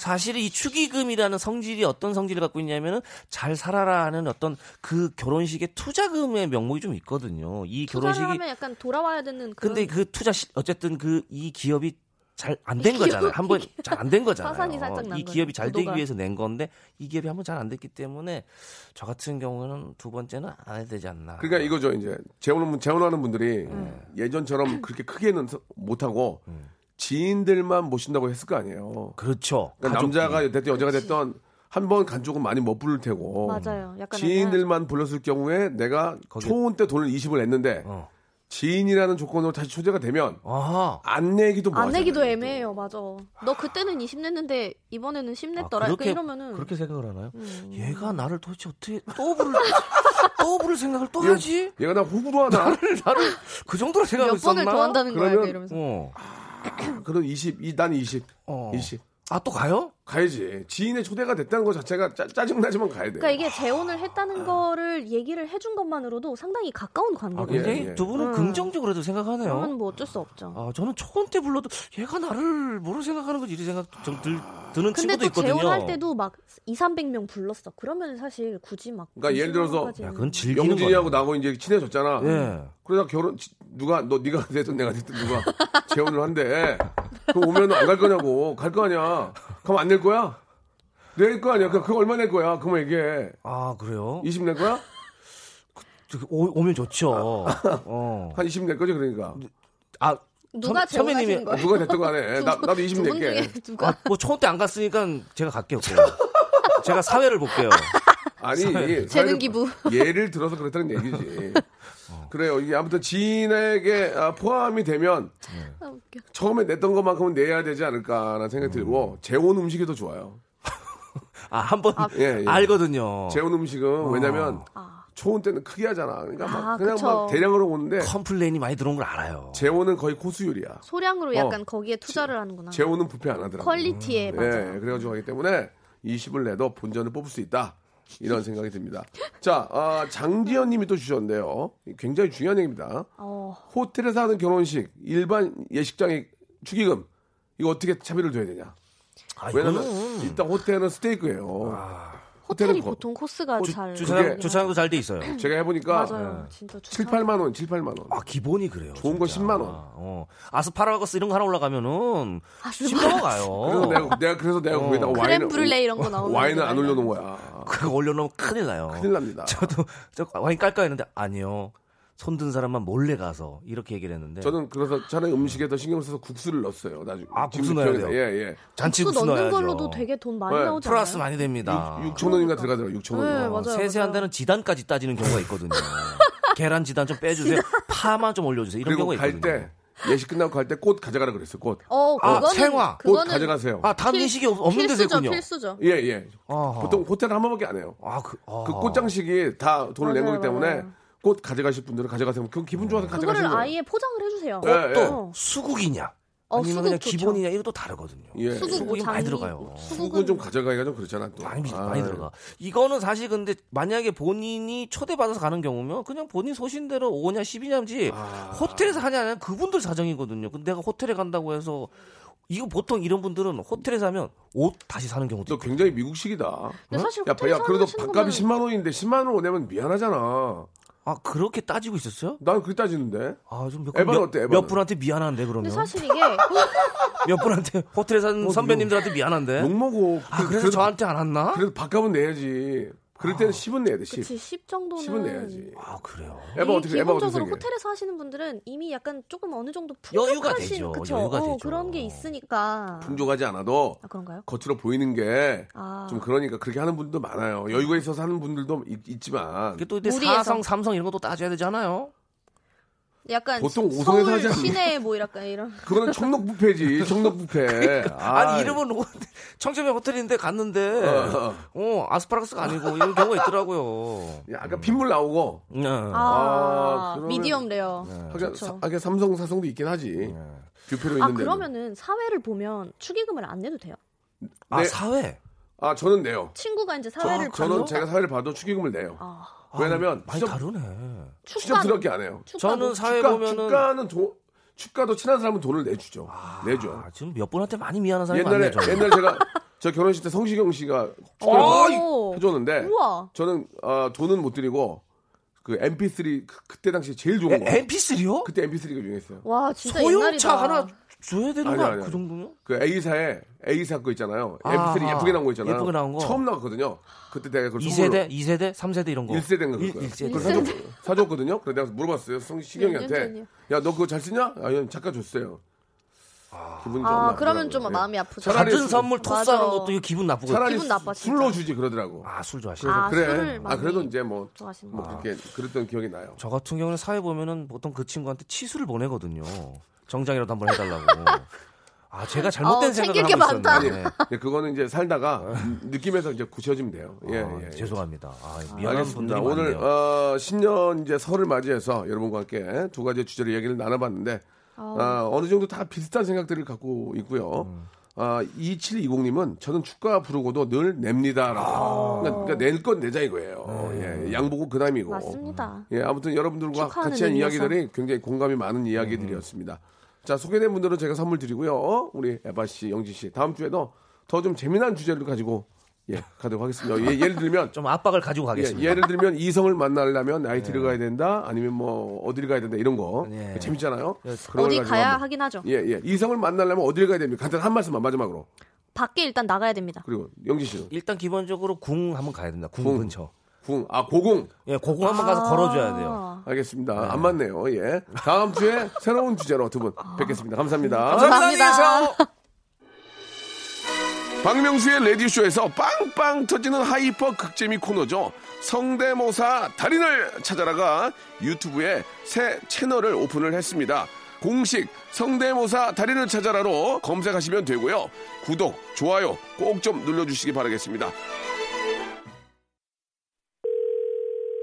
Speaker 9: 사실 이 축의금이라는 성질이 어떤 성질을 갖고 있냐면은 잘 살아라 하는 어떤 그 결혼식의 투자금의 명목이 좀 있거든요. 이
Speaker 7: 투자를
Speaker 9: 결혼식이
Speaker 7: 하면 약간 돌아와야 되는 그런
Speaker 9: 근데 그 투자 시, 어쨌든 그 이 기업이 잘 안 된
Speaker 7: 이
Speaker 9: 거잖아요.
Speaker 7: 기업이-
Speaker 9: 한번 잘 안 된 거잖아요.
Speaker 7: 파산이 살짝 난
Speaker 9: 이
Speaker 7: 거죠.
Speaker 9: 기업이 잘 되기
Speaker 7: 구도가.
Speaker 9: 위해서 낸 건데 이 기업이 한 번 잘 안 됐기 때문에 저 같은 경우는 두 번째는 안 해야 되지 않나.
Speaker 3: 그러니까 이거죠. 이제 재혼은 재혼하는 분들이
Speaker 7: 음.
Speaker 3: 예전처럼 그렇게 크게는 서- 못하고
Speaker 9: 음.
Speaker 3: 지인들만 모신다고 했을 거 아니에요.
Speaker 9: 그렇죠.
Speaker 3: 그러니까
Speaker 9: 가족끼리.
Speaker 3: 남자가 됐든 여자가 됐든 한 번 간 쪽은 많이 못 부를 테고.
Speaker 7: 맞아요. 약간
Speaker 3: 어. 지인들만 불렀을 경우에 내가
Speaker 9: 거기-
Speaker 3: 초혼 때 돈을 20을 냈는데
Speaker 9: 어.
Speaker 3: 지인이라는 조건으로 다시 초재가 되면
Speaker 9: 아하.
Speaker 3: 안 내기도
Speaker 7: 안
Speaker 3: 뭐하잖아요.
Speaker 7: 내기도 애매해요. 맞아. 너 그때는 20 냈는데 이번에는 10 냈더라.
Speaker 9: 아,
Speaker 7: 그러니까 이러면은 음.
Speaker 9: 그렇게 생각을 하나요? 얘가 나를 도대체 어떻게 또 부를 또 부를 생각을 또
Speaker 3: 얘-
Speaker 9: 하지?
Speaker 3: 얘가 나 호구로 하나
Speaker 9: 나를 그 정도로 생각하고
Speaker 7: 예. 몇 번을
Speaker 9: 있었나?
Speaker 7: 더 한다는 거야.
Speaker 3: 그러면- 뭐
Speaker 7: 네, 이러면서.
Speaker 9: 어.
Speaker 3: 아, 그런 20, 이, 난 20,
Speaker 9: 어.
Speaker 3: 20
Speaker 9: 아또 가요?
Speaker 3: 가야지 지인의 초대가 됐다는 것 자체가 짜, 짜증나지만 가야 돼.
Speaker 7: 그러니까 이게 재혼을
Speaker 3: 아.
Speaker 7: 했다는 거를 얘기를 해준 것만으로도 상당히 가까운 관계거든요.
Speaker 9: 아, 굉장히
Speaker 3: 예.
Speaker 9: 두 분은
Speaker 7: 음.
Speaker 9: 긍정적으로도 생각하네요.
Speaker 7: 그러면 뭐 어쩔 수 없죠.
Speaker 9: 아, 저는 초혼 때 불러도 얘가 나를 뭐로 생각하는 거지 이런 생각 좀 들, 드는
Speaker 7: 근데
Speaker 9: 친구도
Speaker 7: 또
Speaker 9: 있거든요.
Speaker 7: 재혼할 때도 막 2, 300명 불렀어. 그러면 사실 굳이 막
Speaker 3: 그러니까 예를 들어서
Speaker 7: 음식까지는-
Speaker 9: 야, 그건 즐기는
Speaker 3: 영진이하고
Speaker 9: 거네.
Speaker 3: 나하고 이제 친해졌잖아.
Speaker 9: 예.
Speaker 3: 그러다 결혼 지- 누가 너 네가 됐든 내가 됐든 누가 재혼을 한대. 그럼 오면 안 갈 거냐고. 갈 거 아니야. 그럼 안 낼 거야? 낼 거 아니야. 그럼 그거 얼마 낼 거야? 그럼 얘기해.
Speaker 9: 아, 그래요?
Speaker 3: 20 낼 거야?
Speaker 9: 저기 오, 면 좋죠.
Speaker 3: 아.
Speaker 9: 어.
Speaker 3: 한 20 낼 거지 그러니까.
Speaker 9: 아,
Speaker 7: 누가
Speaker 9: 선- 선배님이-
Speaker 7: 재혼하신
Speaker 3: 아,
Speaker 7: 거예요?
Speaker 3: 누가 됐든 간에 나, 나도 20
Speaker 7: 두분
Speaker 3: 낼게.
Speaker 7: 중에 누가
Speaker 9: 아, 뭐 초혼 때 안 갔으니까 제가 갈게요. 그럼. 제가 사회를 볼게요.
Speaker 3: 아니 사회를-
Speaker 7: 재능 기부.
Speaker 3: 예를 들어서 그렇다는 얘기지. 그래요. 이게 아무튼 지인에게 아, 포함이 되면
Speaker 7: 아, 웃겨.
Speaker 3: 처음에 냈던 것만큼은 내야 되지 않을까라는 생각이 들고 재혼 음식이 더 좋아요.
Speaker 9: 아, 한번
Speaker 3: 예, 예.
Speaker 9: 알거든요.
Speaker 3: 재혼 음식은
Speaker 9: 어.
Speaker 3: 왜냐면 초혼 때는 크게 하잖아. 그러니까 막
Speaker 7: 아,
Speaker 3: 그냥 막
Speaker 7: 그쵸.
Speaker 3: 대량으로 오는데
Speaker 9: 컴플레인이 많이 들어온 걸 알아요.
Speaker 3: 재혼은 거의 코수율이야.
Speaker 7: 소량으로 약간 거기에 투자를 하는구나.
Speaker 3: 재혼은 부패 안 하더라고.
Speaker 7: 퀄리티에 맞아.
Speaker 3: 예, 그래가지고 하기 때문에 20을 내도 본전을 뽑을 수 있다. 이런 생각이 듭니다. 자, 아, 장지현 님이 또 주셨는데요. 굉장히 중요한 얘기입니다.
Speaker 7: 어.
Speaker 3: 호텔에서 하는 결혼식, 일반 예식장의 축의금, 이거 어떻게 차별을 줘야 되냐?
Speaker 9: 아,
Speaker 3: 왜냐면
Speaker 9: 이거는 아.
Speaker 3: 일단 호텔은 스테이크예요.
Speaker 7: 호텔이
Speaker 3: 호텔은 거-
Speaker 7: 보통 코스가 잘
Speaker 9: 주차장,
Speaker 7: 나오긴
Speaker 9: 주차장도 잘 돼 있어요.
Speaker 3: 제가 해보니까
Speaker 7: 하죠.
Speaker 9: 네.
Speaker 7: 맞아요. 진짜
Speaker 3: 칠,
Speaker 7: 주차.
Speaker 3: 팔만 원, 칠팔만 원.
Speaker 9: 아, 기본이 그래요.
Speaker 3: 좋은 건
Speaker 9: 진짜.
Speaker 3: 10만 원.
Speaker 9: 아, 어. 아스파라거스 이런 거 하나 올라가면은 10만 원
Speaker 3: 그래서
Speaker 9: 가요.
Speaker 3: 내가, 내가 그래서
Speaker 9: 어.
Speaker 3: 내가 거기다가
Speaker 7: 크렘
Speaker 3: 와인을 어,
Speaker 7: 브룰레 이런 거 나오면
Speaker 3: 와인을 안
Speaker 7: 되잖아요.
Speaker 3: 올려놓은 거야.
Speaker 9: 그거 올려놓으면 큰일 나요.
Speaker 3: 큰일 납니다.
Speaker 9: 저도 저 와인 깔까 했는데 아니요. 손든 사람만 몰래 가서 이렇게 얘기를 했는데
Speaker 3: 저는 그래서 차라리 음식에 더 신경 써서 국수를 넣었어요. 나중에
Speaker 9: 아, 국수
Speaker 3: 지금
Speaker 9: 넣어야
Speaker 3: 기억이 나.
Speaker 9: 돼요?
Speaker 3: 예, 예.
Speaker 9: 잔치
Speaker 7: 국수
Speaker 9: 국수
Speaker 7: 넣는
Speaker 9: 넣어야죠.
Speaker 7: 걸로도 되게 돈 많이
Speaker 3: 네,
Speaker 7: 나오잖아요.
Speaker 9: 플러스 많이 됩니다.
Speaker 3: 6천 원인가 들어가더라고. 6천 원.
Speaker 7: 네, 맞아요.
Speaker 9: 세세한
Speaker 7: 맞아요.
Speaker 9: 데는 지단까지 따지는 경우가 있거든요. 계란 지단 좀 빼주세요. 파만 좀 올려주세요. 이런
Speaker 3: 그리고
Speaker 9: 경우가
Speaker 3: 갈
Speaker 9: 있거든요.
Speaker 3: 때 예식 끝나고 갈 때 꽃 가져가라 그랬어. 요 꽃.
Speaker 7: 어,
Speaker 9: 아,
Speaker 7: 그거는
Speaker 9: 생화.
Speaker 3: 꽃
Speaker 7: 그거는
Speaker 3: 가져가세요.
Speaker 9: 아, 다음 인식이 없는 데서
Speaker 7: 필수죠,
Speaker 9: 했군요.
Speaker 7: 필수죠.
Speaker 3: 예, 예.
Speaker 9: 아하.
Speaker 3: 보통 호텔 한 번밖에 안 해요.
Speaker 9: 아, 그, 아.
Speaker 3: 그 꽃장식이 다 돈을 낸
Speaker 7: 맞아요,
Speaker 3: 거기 때문에
Speaker 7: 맞아요.
Speaker 3: 꽃 가져가실 분들은 가져가세요. 그 기분 좋아서 가져가시는
Speaker 7: 그거를
Speaker 3: 거예요.
Speaker 7: 아예 포장을 해주세요.
Speaker 3: 예, 예.
Speaker 9: 또 수국이냐?
Speaker 7: 어,
Speaker 9: 아니면
Speaker 7: 수국
Speaker 9: 그냥
Speaker 7: 좋죠.
Speaker 9: 기본이냐? 이거 또 다르거든요.
Speaker 3: 예.
Speaker 7: 수국 뭐
Speaker 9: 수국이 많이
Speaker 7: 장미,
Speaker 9: 들어가요.
Speaker 3: 수국은
Speaker 7: 수국은
Speaker 3: 좀 가져가기가 좀 그렇잖아. 또.
Speaker 9: 많이 밀-
Speaker 3: 아,
Speaker 9: 많이 들어가. 이거는 사실 근데 만약에 본인이 초대받아서 가는 경우면 그냥 본인 소신대로 5냐 10이냐지
Speaker 3: 아.
Speaker 9: 호텔에서 하냐는 그분들 사정이거든요. 근데 내가 호텔에 간다고 해서 이거 보통 이런 분들은 호텔에서 하면 옷 다시 사는 경우도
Speaker 3: 너
Speaker 9: 있고.
Speaker 3: 굉장히 미국식이다.
Speaker 7: 근데 사실
Speaker 3: 야,
Speaker 7: 호텔에서
Speaker 3: 야, 그래도
Speaker 7: 하시는
Speaker 3: 밥값이
Speaker 7: 거면-
Speaker 3: 10만 원인데 10만 원 내면 미안하잖아.
Speaker 9: 아 그렇게 따지고 있었어요?
Speaker 3: 난 그게 따지는데.
Speaker 9: 아 좀몇
Speaker 3: 에바는 어때, 에바는?
Speaker 9: 몇 분한테 미안한데 그러면
Speaker 7: 근데 사실 이게
Speaker 9: 몇 분한테 호텔에
Speaker 3: 어,
Speaker 9: 사는 선배님들한테 미안한데.
Speaker 3: 욕먹어.
Speaker 9: 아 그래서 저한테 아, 안 왔나?
Speaker 3: 그래도 밥값은 내야지. 그럴 때는 10은 내야 돼, 10.
Speaker 7: 그치, 10
Speaker 3: 10은
Speaker 7: 정도는
Speaker 3: 내야지.
Speaker 9: 아 그래요.
Speaker 3: 에바 어떻게,
Speaker 7: 이
Speaker 3: 에바 어떻게
Speaker 7: 기본적으로
Speaker 3: 생각해?
Speaker 7: 호텔에서 하시는 분들은 이미 약간 조금 어느 정도
Speaker 9: 여유가
Speaker 7: 풍족하신
Speaker 9: 되죠.
Speaker 7: 그쵸?
Speaker 9: 여유가
Speaker 7: 어,
Speaker 9: 되죠.
Speaker 7: 그런 게 있으니까
Speaker 3: 풍족하지 않아도
Speaker 7: 아 그런가요?
Speaker 3: 겉으로 보이는 게 좀
Speaker 7: 아. 음.
Speaker 3: 그러니까 그렇게 하는 분도 많아요. 여유가 있어서 하는 분들도 있, 지만
Speaker 9: 이게 또 이제
Speaker 7: 무리해서.
Speaker 9: 사성 삼성 이런 것도 따져야 되잖아요.
Speaker 7: 약간
Speaker 3: 보통 오성에서 하지
Speaker 7: 서울
Speaker 3: 않나요?
Speaker 7: 시내 뭐 약간 이런
Speaker 3: 그거는 청록 뷔페지. 청록 뷔페.
Speaker 9: 그러니까. 아니
Speaker 3: 아이.
Speaker 9: 이름은 호- 청첩회 호텔인데 갔는데
Speaker 3: 어.
Speaker 9: 어, 아스파라거스가 아니고 이런 경우가 있더라고요.
Speaker 3: 약간 핏물 나오고.
Speaker 9: 네.
Speaker 3: 아,
Speaker 7: 아,
Speaker 3: 그러면- 네.
Speaker 7: 미디엄 레어
Speaker 3: 하긴,
Speaker 7: 그쵸.
Speaker 3: 사- 하긴 삼성 사성도 있긴 하지.
Speaker 9: 네.
Speaker 3: 뷔페로
Speaker 7: 아
Speaker 3: 있는데.
Speaker 7: 그러면은 사회를 보면 축의금을 안 내도 돼요
Speaker 9: 아
Speaker 3: 네.
Speaker 9: 사회
Speaker 3: 아 저는 내요.
Speaker 7: 친구가 이제 사회를
Speaker 3: 저는
Speaker 7: 봐도
Speaker 3: 제가 사회를 봐도 축의금을 내요.
Speaker 7: 아,
Speaker 3: 왜냐면
Speaker 9: 많이
Speaker 3: 추적,
Speaker 9: 다르네.
Speaker 3: 추적
Speaker 7: 축가 뭐,
Speaker 3: 드럽게 안 해요.
Speaker 9: 저는 사회
Speaker 3: 축가,
Speaker 9: 보면은
Speaker 3: 축가는 돈, 축가도 친한 사람은 돈을 내주죠. 내줘.
Speaker 9: 아, 지금 몇 분한테 많이 미안한 사람이
Speaker 3: 옛날에
Speaker 9: 많네. 저는.
Speaker 3: 옛날 제가 저 결혼식 때 성시경 씨가
Speaker 7: 오!
Speaker 3: 축가를 해줬는데
Speaker 7: 우와
Speaker 3: 저는 아, 돈은 못 드리고 그 MP3 그, 때 당시 제일 좋은 거.
Speaker 9: 에, MP3요?
Speaker 3: 그때 MP3가 유행했어요.
Speaker 7: 와 진짜
Speaker 9: 소형차
Speaker 7: 옛날이다
Speaker 9: 하나 줘야 되는
Speaker 3: 아니, 아니,
Speaker 9: 거그
Speaker 3: 아니.
Speaker 9: 정도면?
Speaker 3: 그 A사에 A사 거 있잖아요.
Speaker 9: 아하.
Speaker 3: MP3 예쁘게 나온 거 있잖아요.
Speaker 9: 예쁘게 나온 거.
Speaker 3: 처음 나왔거든요. 그때 내가 그걸
Speaker 9: 2세대, 2세대, 3세대 이런 거.
Speaker 3: 1세대인
Speaker 9: 뭐. 일-
Speaker 3: 거예요.
Speaker 9: 일세대.
Speaker 3: 그걸 사줬, 사줬거든요. 그래서 내가 물어봤어요. 성
Speaker 7: 몇
Speaker 3: 시경이한테.
Speaker 7: 년
Speaker 3: 야, 너 그거 잘 쓰냐? 아, 형 작가 줬어요. 기분이 좀
Speaker 7: 아
Speaker 3: 나쁘더라고요.
Speaker 7: 그러면 좀
Speaker 3: 예.
Speaker 7: 마음이 아프죠
Speaker 3: 차라리
Speaker 9: 같은 선물
Speaker 7: 맞아.
Speaker 9: 토스하는 것도 이거 기분 나쁘고.
Speaker 3: 차라리
Speaker 7: 기분 나빠, 진짜.
Speaker 3: 술로 주지 그러더라고.
Speaker 9: 아, 술 좋아하시네.
Speaker 7: 아
Speaker 3: 그래.
Speaker 7: 술을
Speaker 3: 아,
Speaker 7: 많이
Speaker 3: 그래도 이제 뭐,
Speaker 7: 좋아하시는
Speaker 3: 뭐
Speaker 7: 거
Speaker 3: 그렇게 그랬던 기억이 나요.
Speaker 9: 저 같은 경우는 사회 보면은 보통 그 친구한테 치수를 보내거든요. 정장이라도 한번 해달라고. 아 제가 잘못된
Speaker 7: 어, 챙길
Speaker 9: 생각을
Speaker 7: 게
Speaker 9: 하고
Speaker 7: 많다.
Speaker 9: 아, 있었네.
Speaker 3: 예, 그거는 이제 살다가 느낌에서 이제 굳혀지면 돼요. 예,
Speaker 9: 아,
Speaker 3: 예, 예.
Speaker 9: 죄송합니다. 아, 미안한
Speaker 3: 알겠습니다.
Speaker 9: 분들이
Speaker 3: 오늘
Speaker 9: 많네요.
Speaker 3: 어, 신년 이제 설을 맞이해서 여러분과 함께 두 가지 주제로 얘기를 나눠봤는데 어, 어느 정도 다 비슷한 생각들을 갖고 있고요. 아, 2720님은 저는 축가 부르고도 늘
Speaker 9: 아.
Speaker 3: 냅니다라고. 그러니까, 낼 건 내자 이거예요.
Speaker 9: 네.
Speaker 3: 예, 양보고 그다음이고.
Speaker 7: 맞습니다
Speaker 3: 예, 아무튼 여러분들과
Speaker 7: 축하하는
Speaker 3: 같이 한
Speaker 7: 의미에서.
Speaker 3: 이야기들이 굉장히 공감이 많은 이야기들이었습니다.
Speaker 9: 음.
Speaker 3: 자, 소개된 분들은 제가 선물 드리고요. 우리 에바 씨, 영지 씨, 다음 주에도 더 좀 재미난 주제를 가지고 예, 가도록 하겠습니다. 예, 예를 들면
Speaker 9: 좀 압박을 가지고
Speaker 3: 예,
Speaker 9: 가겠습니다.
Speaker 3: 예를 들면 이성을 만나려면 나이트를 가야 된다 아니면 뭐 어디를 가야 된다 이런 거
Speaker 9: 예.
Speaker 3: 재밌잖아요. 네. 그런
Speaker 7: 어디
Speaker 3: 걸 가지고
Speaker 7: 가야
Speaker 3: 한번-
Speaker 7: 하긴 하죠
Speaker 3: 예, 예. 이성을 만나려면 어디를 가야 됩니까? 간단 한 말씀만 마지막으로.
Speaker 7: 밖에 일단 나가야 됩니다
Speaker 3: 그리고 영지 씨는
Speaker 9: 일단 기본적으로 궁 한번 가야 된다. 궁,
Speaker 3: 궁.
Speaker 9: 근처.
Speaker 3: 궁, 아 고궁.
Speaker 9: 예, 고궁 한번
Speaker 7: 아.
Speaker 9: 가서 걸어줘야 돼요.
Speaker 3: 알겠습니다. 안 맞네요. 예. 다음 주에 새로운 주제로 두 분 뵙겠습니다. 감사합니다.
Speaker 7: 감사합니다
Speaker 3: 박명수의 레디쇼에서 빵빵 터지는 하이퍼 극재미 코너죠. 성대모사 달인을 찾아라가 유튜브에 새 채널을 오픈을 했습니다. 공식 성대모사 달인을 찾아라로 검색하시면 되고요. 구독, 좋아요 꼭 좀 눌러주시기 바라겠습니다.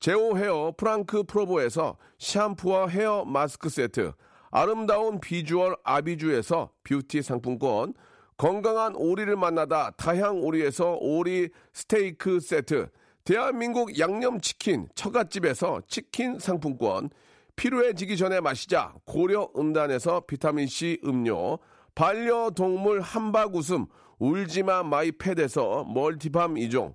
Speaker 3: 제오 헤어 프랑크 프로보에서 샴푸와 헤어 마스크 세트, 아름다운 비주얼 아비주에서 뷰티 상품권, 건강한 오리를 만나다 다향 오리에서 오리 스테이크 세트, 대한민국 양념치킨 처갓집에서 치킨 상품권, 필요해지기 전에 마시자 고려 음단에서 비타민C 음료, 반려동물 한박 웃음 울지마 마이패드에서 멀티밤 이종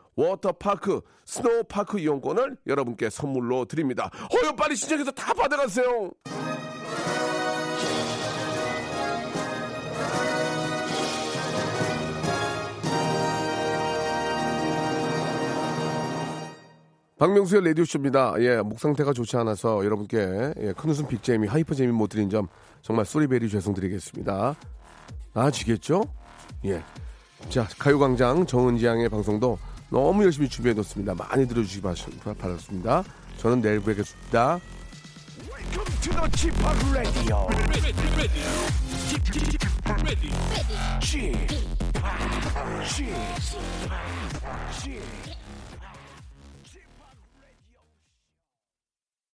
Speaker 3: 워터파크 스노우파크 이용권을 여러분께 선물로 드립니다. 허여 빨리 신청해서 다 받아가세요. 박명수의 라디오쇼입니다. 예, 목 상태가 좋지 않아서 여러분께 예, 큰 웃음 빅재미, 하이퍼재미 못 드린 점 정말 쏘리베리 죄송드리겠습니다. 나아지겠죠? 예. 자, 가요광장 정은지 양의 방송도 너무 열심히 준비해뒀습니다. 많이 들어주시기 바라- 바랍니다. 저는 내일 뵙겠습니다.
Speaker 2: Welcome to the Chip Radio. Ready, ready, G-Pop ready. G-Pop, G-Pop, G-Pop.